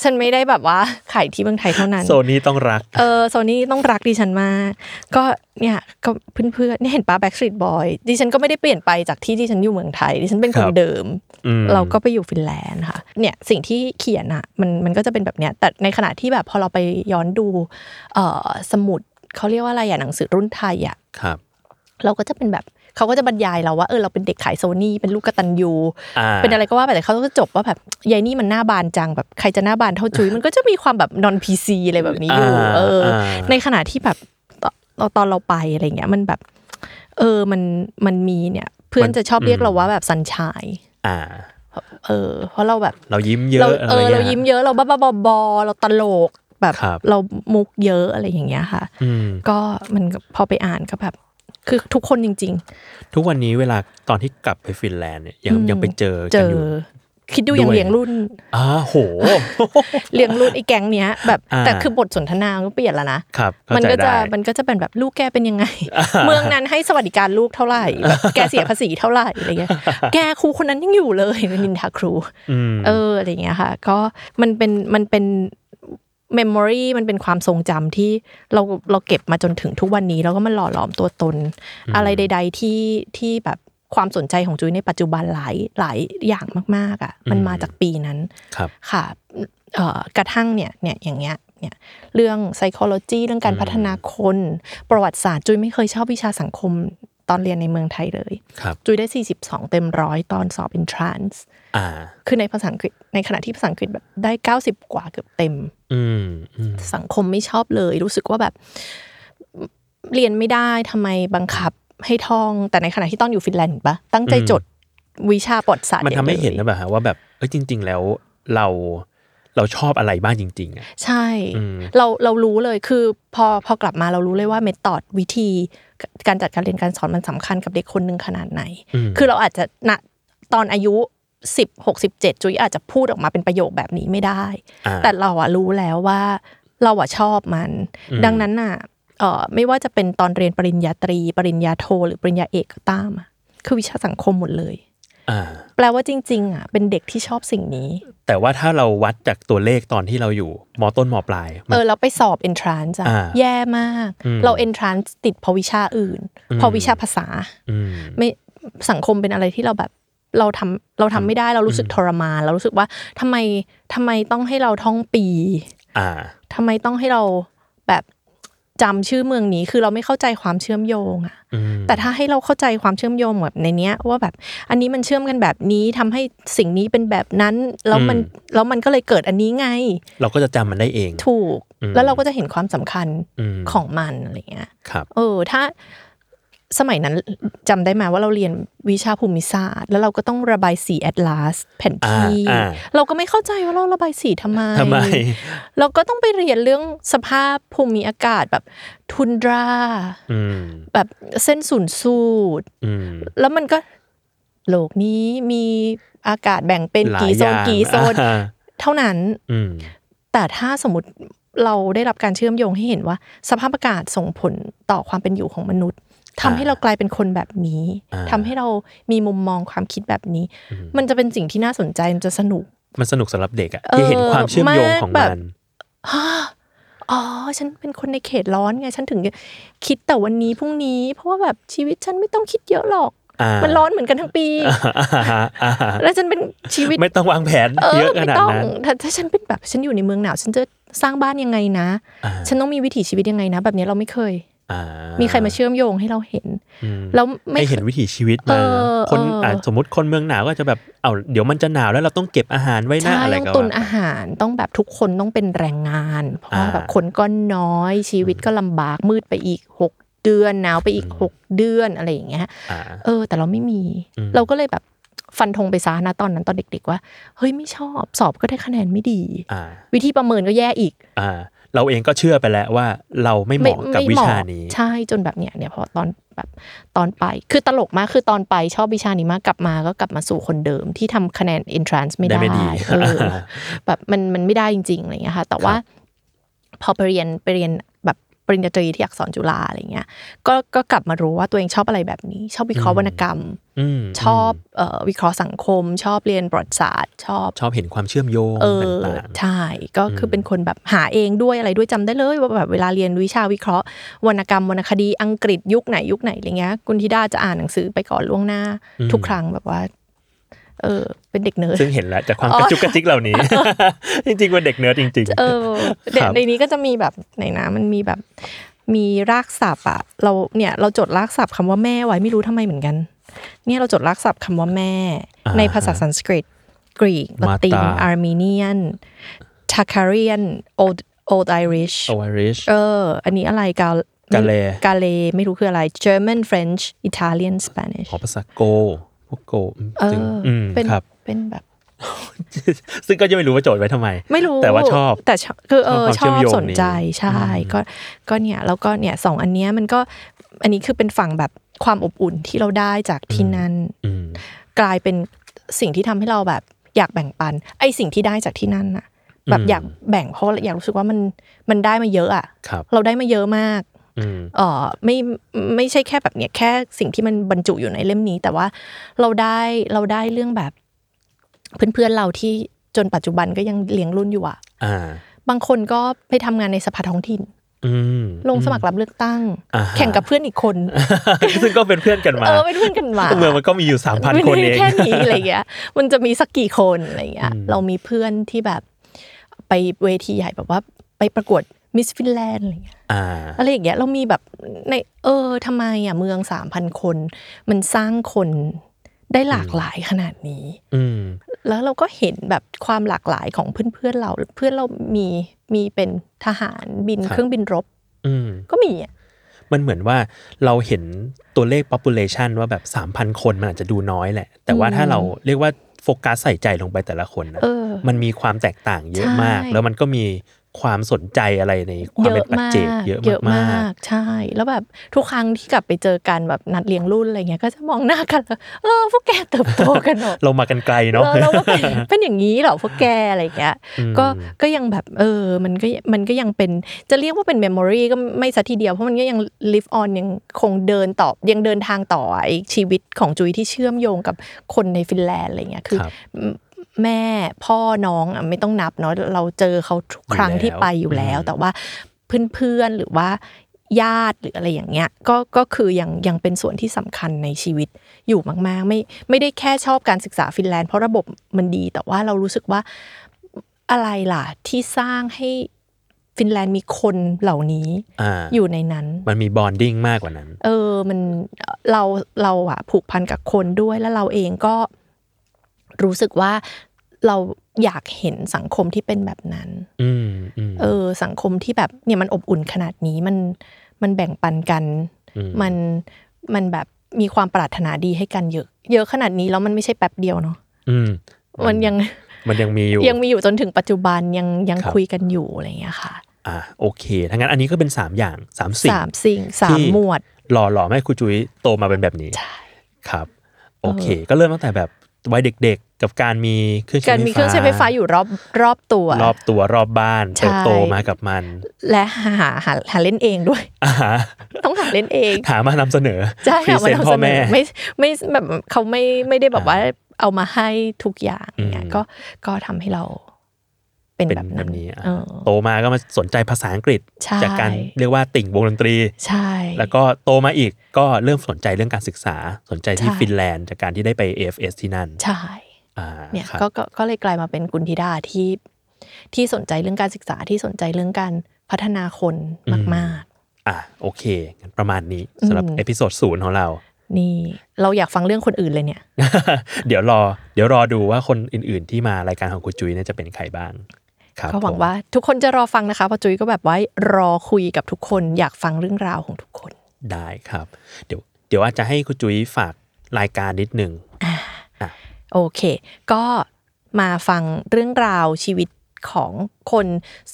ฉันไม่ได้แบบว่าขายที่เมืองไทยเท่านั้น โซนนี้ต้องรัก เออโซนี่ต้องรักดิฉันมาก ก็เนี่ยก็เพื่อนๆเนี่ยเห็นป้าแบ็กสตรีทบอยดิฉันก็ไม่ได้เปลี่ยนไปจากที่ดิฉันอยู่เมืองไทยดิฉันเป็นคคน รับ เดิม อืม เราก็ไปอยู่ฟินแลนด์ค่ะ เนี่ยสิ่งที่เขียนอะมันมันก็จะเป็นแบบเนี้ย แต่ในขณะที่แบบพอเราไปย้อนดูเอ่อสมุดเขาเรียกว่าอะไรอะหนังสือรุ่นไทยอะ ครับ เราก็จะเป็นแบบเขาก็จะบรรยายเราว่าเออเราเป็นเด็กขายโซนี่เป็นลูกกตันยู อ่า เป็นอะไรก็ว่าไปแต่เขาก็จบว่าแบบยายนี่มันหน้าบานจังแบบใครจะหน้าบานเท่าจุ้ยมันก็จะมีความแบบนอนพีซีอะไรแบบนี้อยู่ า เอออ า ในขณะที่แบบตตอนตอนเราไปอะไรเงี้ยมันแบบ เออมันมันมีเนี่ย เพื่อน มัน จะชอบเรียก อืม เราว่าแบบสันชาย อ่า เออเพราะเราแบบ เรายิ้มเย เรา อะ เออเรายิ้ม เยอะ เยอะเราบ้าๆบอๆเราตลกแบบ ครับ เรามุกเยอะอะไรอย่างเงี้ยค่ะ อืม ก็มันก็พอไปอ่านก็แบบ คือทุกคนจริง ทุกวันนี้เวลาตอนที่กลับไปฟินแลนด์เนี่ยยัง อืม ยังไปเจอ ๆ เจ กัน อ อยู่ คิดดูอย่าง ด้วย เลี้ยงรุ่น อ่าโห เลี้ยงรุ่นไอ้แก๊งเนี้ยแบบ อ่า แต่คือบทสนทนามันก็เปลี่ยนแล้วนะครับ เข้า มัน ใจ ก็จะ ได้ มันก็จะเป็นแบบลูกแกเป็น ยังไง เมืองนั้นให้สวัสดิการลูกเท่าไหร่แบบแกเสียภาษีเท่าไหร่อะไรเงี้ยแกครูคนนั้นยังอยู่เลย นินทาครู อืม เอออะไรอย่างเงี้ยค่ะ ก็มันเป็นมันเป็นเมมโมรีมันเป็นความทรงจำที่เราเราเก็บมาจนถึงทุกวันนี้ แล้วก็มันหล่อหลอมตัวตน อะไรใด ๆ ที่ที่แบบความสนใจของจุ้ยในปัจจุบันหลายหลายอย่างมาก ๆอ่ะมัน อืม มาจากปีนั้น ครับ ค่ะเอ่อกระทั่งเนี่ยเนี่ยอย่างเงี้ยเนี่ยเรื่อง psychology เรื่องการพัฒนาคน ประวัติศาสตร์จุ้ยไม่เคยชอบวิชาสังคมตอนเรียนในเมืองไทยเลย ครับ จุ้ยได้ 42 เต็มร้อยตอนสอบ entrance อ่า คือในภาษาอังกฤษในขณะที่ภาษาอังกฤษแบบได้ 90 กว่าเกือบเต็ม อืมอืม สังคมไม่ชอบเลย รู้สึกว่าแบบเรียนไม่ได้ทำไมบังคับให้ท่อง แต่ในขณะที่ตอนอยู่ฟินแลนด์เห็นปะตั้งใจจดวิชาประวัติศาสตร์ มันทำให้ อย่งดียว เห็นนะแบบฮะว่าแบบเอ้ยจริง ๆ แล้วเราเราชอบอะไรบ้างจริง ๆ อ่ะ ใช่ อืม เราเรารู้เลยคือพอพอกลับมาเรารู้เลยว่าเมธอดวิธีการจัดการเรียนการสอนมันสำคัญกับเด็กคนหนึ่งขนาดไหน ม คือเราอาจจะณตอนอายุสิบหกสิบเจ็ดจุยอาจจะพูดออกมาเป็นประโยคแบบนี้ไม่ได้ อ่า แต่เราอะรู้แล้วว่า เราอะชอบมัน อืม ดังนั้นน่ะเอ่อไม่ว่าจะเป็นตอนเรียนปริญญาตรี ปริญญาโทหรือปริญญาเอกก็ตามอะคือวิชาสังคมหมดเลย อ่า แปลว่าจริงๆอ่ะเป็นเด็กที่ชอบสิ่งนี้ แต่ว่าถ้าเราวัดจากตัวเลขตอนที่เราอยู่มต้นมปลายมั เอน อเราไปสอบ entrance จ้ะ อ่า แย่มาก อืม เรา entrance ติดเพราะวิชาอื่น อืม เพราะวิชาภาษา ม ไม่สังคมเป็นอะไรที่เราแบบเราทำเราทำไม่ได้เรารู้สึก อืม ทรมานเรารู้สึกว่าทำไมทำไมต้องให้เราท่องปี อ่า ทำไมต้องให้เราแบบจำชื่อเมืองนี้คือเราไม่เข้าใจความเชื่อมโยงอะ อืม แต่ถ้าให้เราเข้าใจความเชื่อมโยงแบบในเนี้ยว่าแบบอันนี้มันเชื่อมกันแบบนี้ทำให้สิ่งนี้เป็นแบบนั้น แล้วมัน อืม แล้วมันก็เลยเกิดอันนี้ไง เราก็จะจำมันได้เอง ถูก อืม แล้วเราก็จะเห็นความสำคัญ ม ของมันอะไรเงี้ย ครับ เออถ้าสมัยนั้นจำได้ไหมว่าเราเรียนวิชาภูมิศาสตร์ แล้วเราก็ต้องระบายสีแอตลาสแผนที่ อ่าอ่า เราก็ไม่เข้าใจว่าเราระบายสีทำไม ทำไม เราก็ต้องไปเรียนเรื่องสภาพภูมิอากาศแบบทุนดรา อืม แบบเส้นศูนย์สูตร อืม แล้วมันก็โลกนี้มีอากาศแบ่งเป็น หลาย กี่โซ อน ย่าง กี่โซน อ่า เท่านั้น อืม แต่ถ้าสมมติเราได้รับการเชื่อมโยงให้เห็นว่า สภาพอากาศส่งผลต่อความเป็นอยู่ของมนุษย์ทำให้เรากลายเป็นคนแบบนี้ อ่า ทำให้เรามีมุมมองความคิดแบบนี้ มันจะเป็นสิ่งที่น่าสนใจมันจะสนุก มันสนุกสำหรับเด็กอะที่เห็นความเชื่อมโยงของ เออมากแบ มั บ น ฮ่า อ๋อ ฉันเป็นคนในเขตร้อนไง ฉันถึงคิดแต่วันนี้พรุ่งนี้ เพราะว่าแบบชีวิตฉันไม่ต้องคิดเยอะหรอก อ่ามั มัน ร้อนเหมือนกันทั้งปี แล้วฉันเป็นชีวิต ไม่ต้องวางแผน เอ เย อ อะข ไม่ นาด ต้อง นั้น ถ้าถ้าฉันเป็นแบบฉันอยู่ในเมืองหนาว ฉันจะสร้างบ้านยังไงนะ อ่า ฉันต้องมีวิถีชีวิตยังไงนะ แบบนี้เราไม่เคย อ่า มีใครมาเชื่อมโยงให้เราเห็น ม แล้วไม่ ให้เห็นวิถีชีวิต เอ มา อ คน เอออ่ ะสมมติคนเมืองหนาวก็จะแบบเอาเดี๋ยวมันจะหนาวแล้วเราต้องเก็บอาหารไว้หน้า ใช่ อะไร ต้อง ก็ ตุน ว่า อาหารต้องแบบทุกคนต้องเป็นแรงงาน เพราะว่า อ่า แบบคนก็น้อย ชีวิตก็ลำบากมืดไปอีกหกเดือนหนาวไปอีกหกเดือนอะไรอย่างเงี้ย อ่า เออ แต่เราไม่มี อืม เราก็เลยแบบฟันธงไปซะนะตอนนั้นตอนเด็ก ๆ ว่า เฮ้ยไม่ชอบสอบก็ได้คะแนนไม่ดี อ่า วิธีประเมินก็แย่อีก อ่า เราเองก็เชื่อไปแล้วว่าเราไม่เหมาะกับ ไม่ วิ ไม่ ชา เหมะ นี้ ใช่จนแบบเนี้ยเนี่ยพอตอนแบบตอนไปคือตลกมากคือตอนไปชอบวิชานี้มากกลับมาก็กลับมาสู่คนเดิมที่ทำคะแนน entrance ไม่ ได้ ได้ ไม่ดี เอ อแบบมันมันไม่ได้จริงๆอะไรเงี้ยค่ะแต่ว่าพอไปเรียนไปเรียนแบบปริญญาตรีที่อักษรจุฬาอะไรเงี้ยก็ก็กลับมารู้ว่าตัวเองชอบอะไรแบบนี้ ชอบวิเคราะห์วรรณกรรม อืม ชอบเอ่อวิเคราะห์สังคม ชอบเรียนประวัติศาสตร์ชอบ ชอบเห็นความเชื่อมโยง เออ ต่าง ใช่ก็คือเป็นคนแบบหาเองด้วยอะไรด้วยจำได้เลยว่าแบบเวลาเรียนวิชาวิเคราะห์ วรรณกรรมวรรณคดีอังกฤษยุคไหนยุคไหนอะไรเงี้ยคุณธิดาจะอ่านหนังสือไปก่อนล่วงหน้า ทุกครั้งแบบว่า เออ เป็นเด็กเนิร์ด ๆ ซึ่งเห็นแล้วจากความ อ๋อ กระจุกกระจิกเหล่า นี้ จริงๆเป็นเด็กเนิร์ดจริง เออเด็ ค ก รับ ในนี้ก็จะมีแบบไหนนะมันมีแบบมีรากศัพท์อะเราเนี่ยเราจดรากศัพท์คำว่าแม่ไว้ไม่รู้ทำไมเหมือนกัน เนี่ยเราจดรากศัพท์คำว่าแม่ ในภาษาสันสกฤต กรีกละติน Mata อาร์เมเนียนทาคาเรียนโอดโอดไอริช โอริช เออ อันนี้อะไรกา Gale กาเลไม่รู้คืออะไร German French Italian Spanish ขอภาษาโก พวกโกอืม เอ จริง อ อืม เป็น ครับ เป็นแบบ ซึ่งก็ยังไม่รู้ว่าโจทย์ไว้ทำไม ไม่รู้ แต่ว่าชอบ แต่ชอบคือเออ ชอบชอ ความ บ เชื่อมโยง สนใจ นี้ ใช่ก็ก็เนี่ยแล้วก็เนี่ยสองอันเนี้ยมันก็อันนี้คือเป็นฝั่งแบบความอบอุ่นที่เราได้จากที่นั่น อืม กลายเป็นสิ่งที่ทำให้เราแบบอยากแบ่งปัน ไอสิ่งที่ได้จากที่นั่นอะแบบ อืม อยากแบ่งเพราะอยากรู้สึกว่ามันมันได้มาเยอะอะ ครับ เราได้มาเยอะมาก อืม เออไม่ไม่ใช่แค่แบบเนี้ยแค่สิ่งที่มันบรรจุอยู่ในเล่มนี้ แต่ว่าเราได้เราได้เรื่องแบบเพื่อนๆเราที่จนปัจจุบันก็ยังเลี้ยงรุ่นอยู่อะ อ่า บางคนก็ไปทำงานในสภาท้องถิ่น อืม ลงสมัครรับเลือกตั้ง อ่าฮะ แข่งกับเพื่อนอีกคน ซึ่งก็เป็นเพื่อนกันมา เออเป็นเพื่อนกันมา เมืองมันก็มีอยู่สามพัน ไม่ได้ คนเอง แค่นี้ อะไรเงี้ย มันจะมีสักกี่คนอะไรเงี้ย อืม เรามีเพื่อนที่แบบไปเวทีใหญ่แบบว่าไปประกวดมิสฟินแลนด์อะไรเงี้ย อ่า อะไรอย่างเงี้ยเรามีแบบในเออทำไมอ่ะเมืองสามพันคน มันสร้างคนได้หลากหลายขนาดนี้ อืม แล้วเราก็เห็นแบบความหลากหลายของเพื่อนๆเรา เพื่อนเรามีมีเป็นทหารบิน ครับ เครื่องบินรบ อืม ก็มีอะ มันเหมือนว่าเราเห็นตัวเลข population ว่าแบบ 3,000 คนมันอาจจะดูน้อยแหละ แต่ว่าถ้าเราเรียกว่าโฟกัสใส่ใจลงไปแต่ละคนนะ เออ มันมีความแตกต่างเยอะมาก ใช่ แล้วมันก็มี ความสนใจอะไรในความเป็นปัจเจกเยอะมากๆ ใช่ แล้วแบบทุกครั้งที่กลับไปเจอกันแบบนัดเลี้ยงรุ่นอะไรเงี้ยก็จะมองหน้ากันแล้วเออพวกแกเติบโตกันหมด เรามากันไกลเนาะ เราเราก็ เป็นเป็นอย่างนี้เหรอพวกแกอะไรอย่างเงี้ย อืม ก็ก็ยังแบบเออมันก็มันก็ยังเป็นจะเรียกว่าเป็นเมมโมรีก็ไม่ซะทีเดียว เพราะมันก็ยัง live on ยังคงเดินต่อยังเดินทางต่อไอชีวิตของจุยที่เชื่อมโยงกับคนในฟินแลนด์อะไรเงี้ยคือ ครับ แม่พ่อน้องอ่ะไม่ต้องนับเนาะเราเจอเขาทุกครั้ง อยู่แล้ว ที่ไปอยู่แล้ว อืม แต่ว่าเพื่อนๆหรือว่าญาติหรืออะไรอย่างเงี้ยก็ก็คือยังยังเป็นส่วนที่สำคัญในชีวิตอยู่มาก ๆ ไม่ไม่ได้แค่ชอบการศึกษาฟินแลนด์เพราะระบบมันดี แต่ว่าเรารู้สึกว่าอะไรล่ะที่สร้างให้ฟินแลนด์มีคนเหล่านี้ อ่า อยู่ในนั้น มันมีบอนดิ้งมากกว่านั้น เออ มันเราเราอะผูกพันกับคนด้วยแล้วเราเองก็รู้สึกว่าเราอยากเห็นสังคมที่เป็นแบบนั้น อืมอืม เออ สังคมที่แบบเนี่ยมันอบอุ่นขนาดนี้มันมันแบ่งปันกัน ม มันมันแบบมีความปรารถนาดีให้กันเยอะ เยอะขนาดนี้แล้วมันไม่ใช่แป๊บเดียวเนาะ อืม มันยัง มันยังมีอยู่ ยังมีอยู่จนถึงปัจจุบันยังยัง ครับ คุยกันอยู่อะไรอย่างเงี้ยค่ะ อ่าโอเคทั้างนั้นอันนี้ก็เป็น 3 อย่าง 3 สิ่ง สามสิ่งสา ที่ มหมวด หล่อหล่อให้ครูจุ้ยโตมาเป็นแบบนี้ ใช่ ครับ โอเค ก็เริ่มตั้งแต่แบบวัยเด็กๆ กับการมีเครื่องใช้ การมีเครื่องใช้ไฟฟ้าอยู่รอบรอบตัว รอบตัวรอบบ้าน ใช่ เติบโตมากับมัน และหาหาหาหาเล่นเองด้วย อ่าฮะ ต้องหาเล่นเอง หามมานำเสนอ ใช่ พรี ค่ะ เซนต์พ่อแม่ ไม่ไม่แบบเขาไม่ไม่ได้แบบ อ่า ว่าเอามาให้ทุกอย่างเนี่ย อืม ก็ก็ทำให้เราเป็น เป็น แบบ แบ นั้น บนี้อ่ะ เออ โตมาก็มาสนใจภาษาอังกฤษ ใช่ จากการเรียกว่าติ่งวงดนตรี ใช่ แล้วก็โตมาอีกก็เริ่มสนใจเรื่องการศึกษาสนใจที่ฟินแลนด์ จากการที่ได้ไป AFS ที่นั่น ใช่ อ่า เนี่ย ครับ ก็ก็ก็เลยกลายมาเป็นกุนธิดาที่ที่สนใจเรื่องการศึกษาที่สนใจเรื่องการพัฒนาคนมาก อ่ะโอเคงั้นประมาณนี้สำหรับ อืม เอพิโซดศูนย์ของเรา ๆ นี่เราอยากฟังเรื่องคนอื่นเลยเนี่ย เดี๋ยวรอ เดี๋ยวรอดูว่าคนอื่นๆที่มารายการของคุณจุ้ยเนี่ยจะเป็นใครบ้าง ครับ ก็หวัผมงว่าทุกคนจะรอฟังนะคะเพราะจุ้ยก็แบบไว้รอคุยกับทุกคน อยากฟังเรื่องราวของทุกคน ได้ครับ เดี๋ยวเดี๋ยวอาจจะให้คุณจุ้ยฝากรายการนิดนึง โอเค ก็มาฟังเรื่องราวชีวิตของคน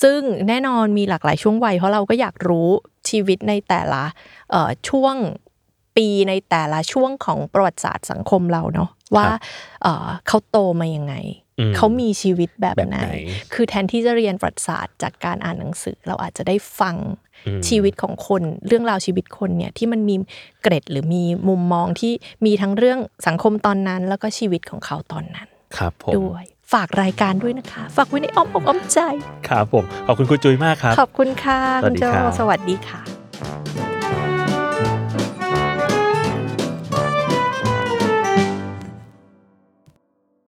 ซึ่งแน่นอนมีหลากหลายช่วงวัย เพราะเราก็อยากรู้ชีวิตในแต่ละเอ่อช่วงปีในแต่ละช่วงของประวัติศาสตร์สังคมเราเนาะว่าเอ่อเขาโตมายังไง อืม เขามีชีวิตแบบ แบบ ไหน ไหน คือแทนที่จะเรียนประวัติศาสตร์จากการอ่านหนังสือ เราอาจจะได้ฟัง อืม ชีวิตของคนเรื่องราวชีวิตคนเนี่ยที่มันมีเกร็ดหรือมีมุมมองที่มีทั้งเรื่องสังคมตอนนั้น แล้วก็ชีวิตของเขาตอนนั้น ครับผม ด้วย ฝากรายการด้วยนะคะ ฝากไว้ในอ้อมอกอ้อมใจ ครับผม ขอบคุณคุณจุ้ยมากครับ ขอบคุณค่ะ สวัสดี โจ ครับ สวัสดีค่ะ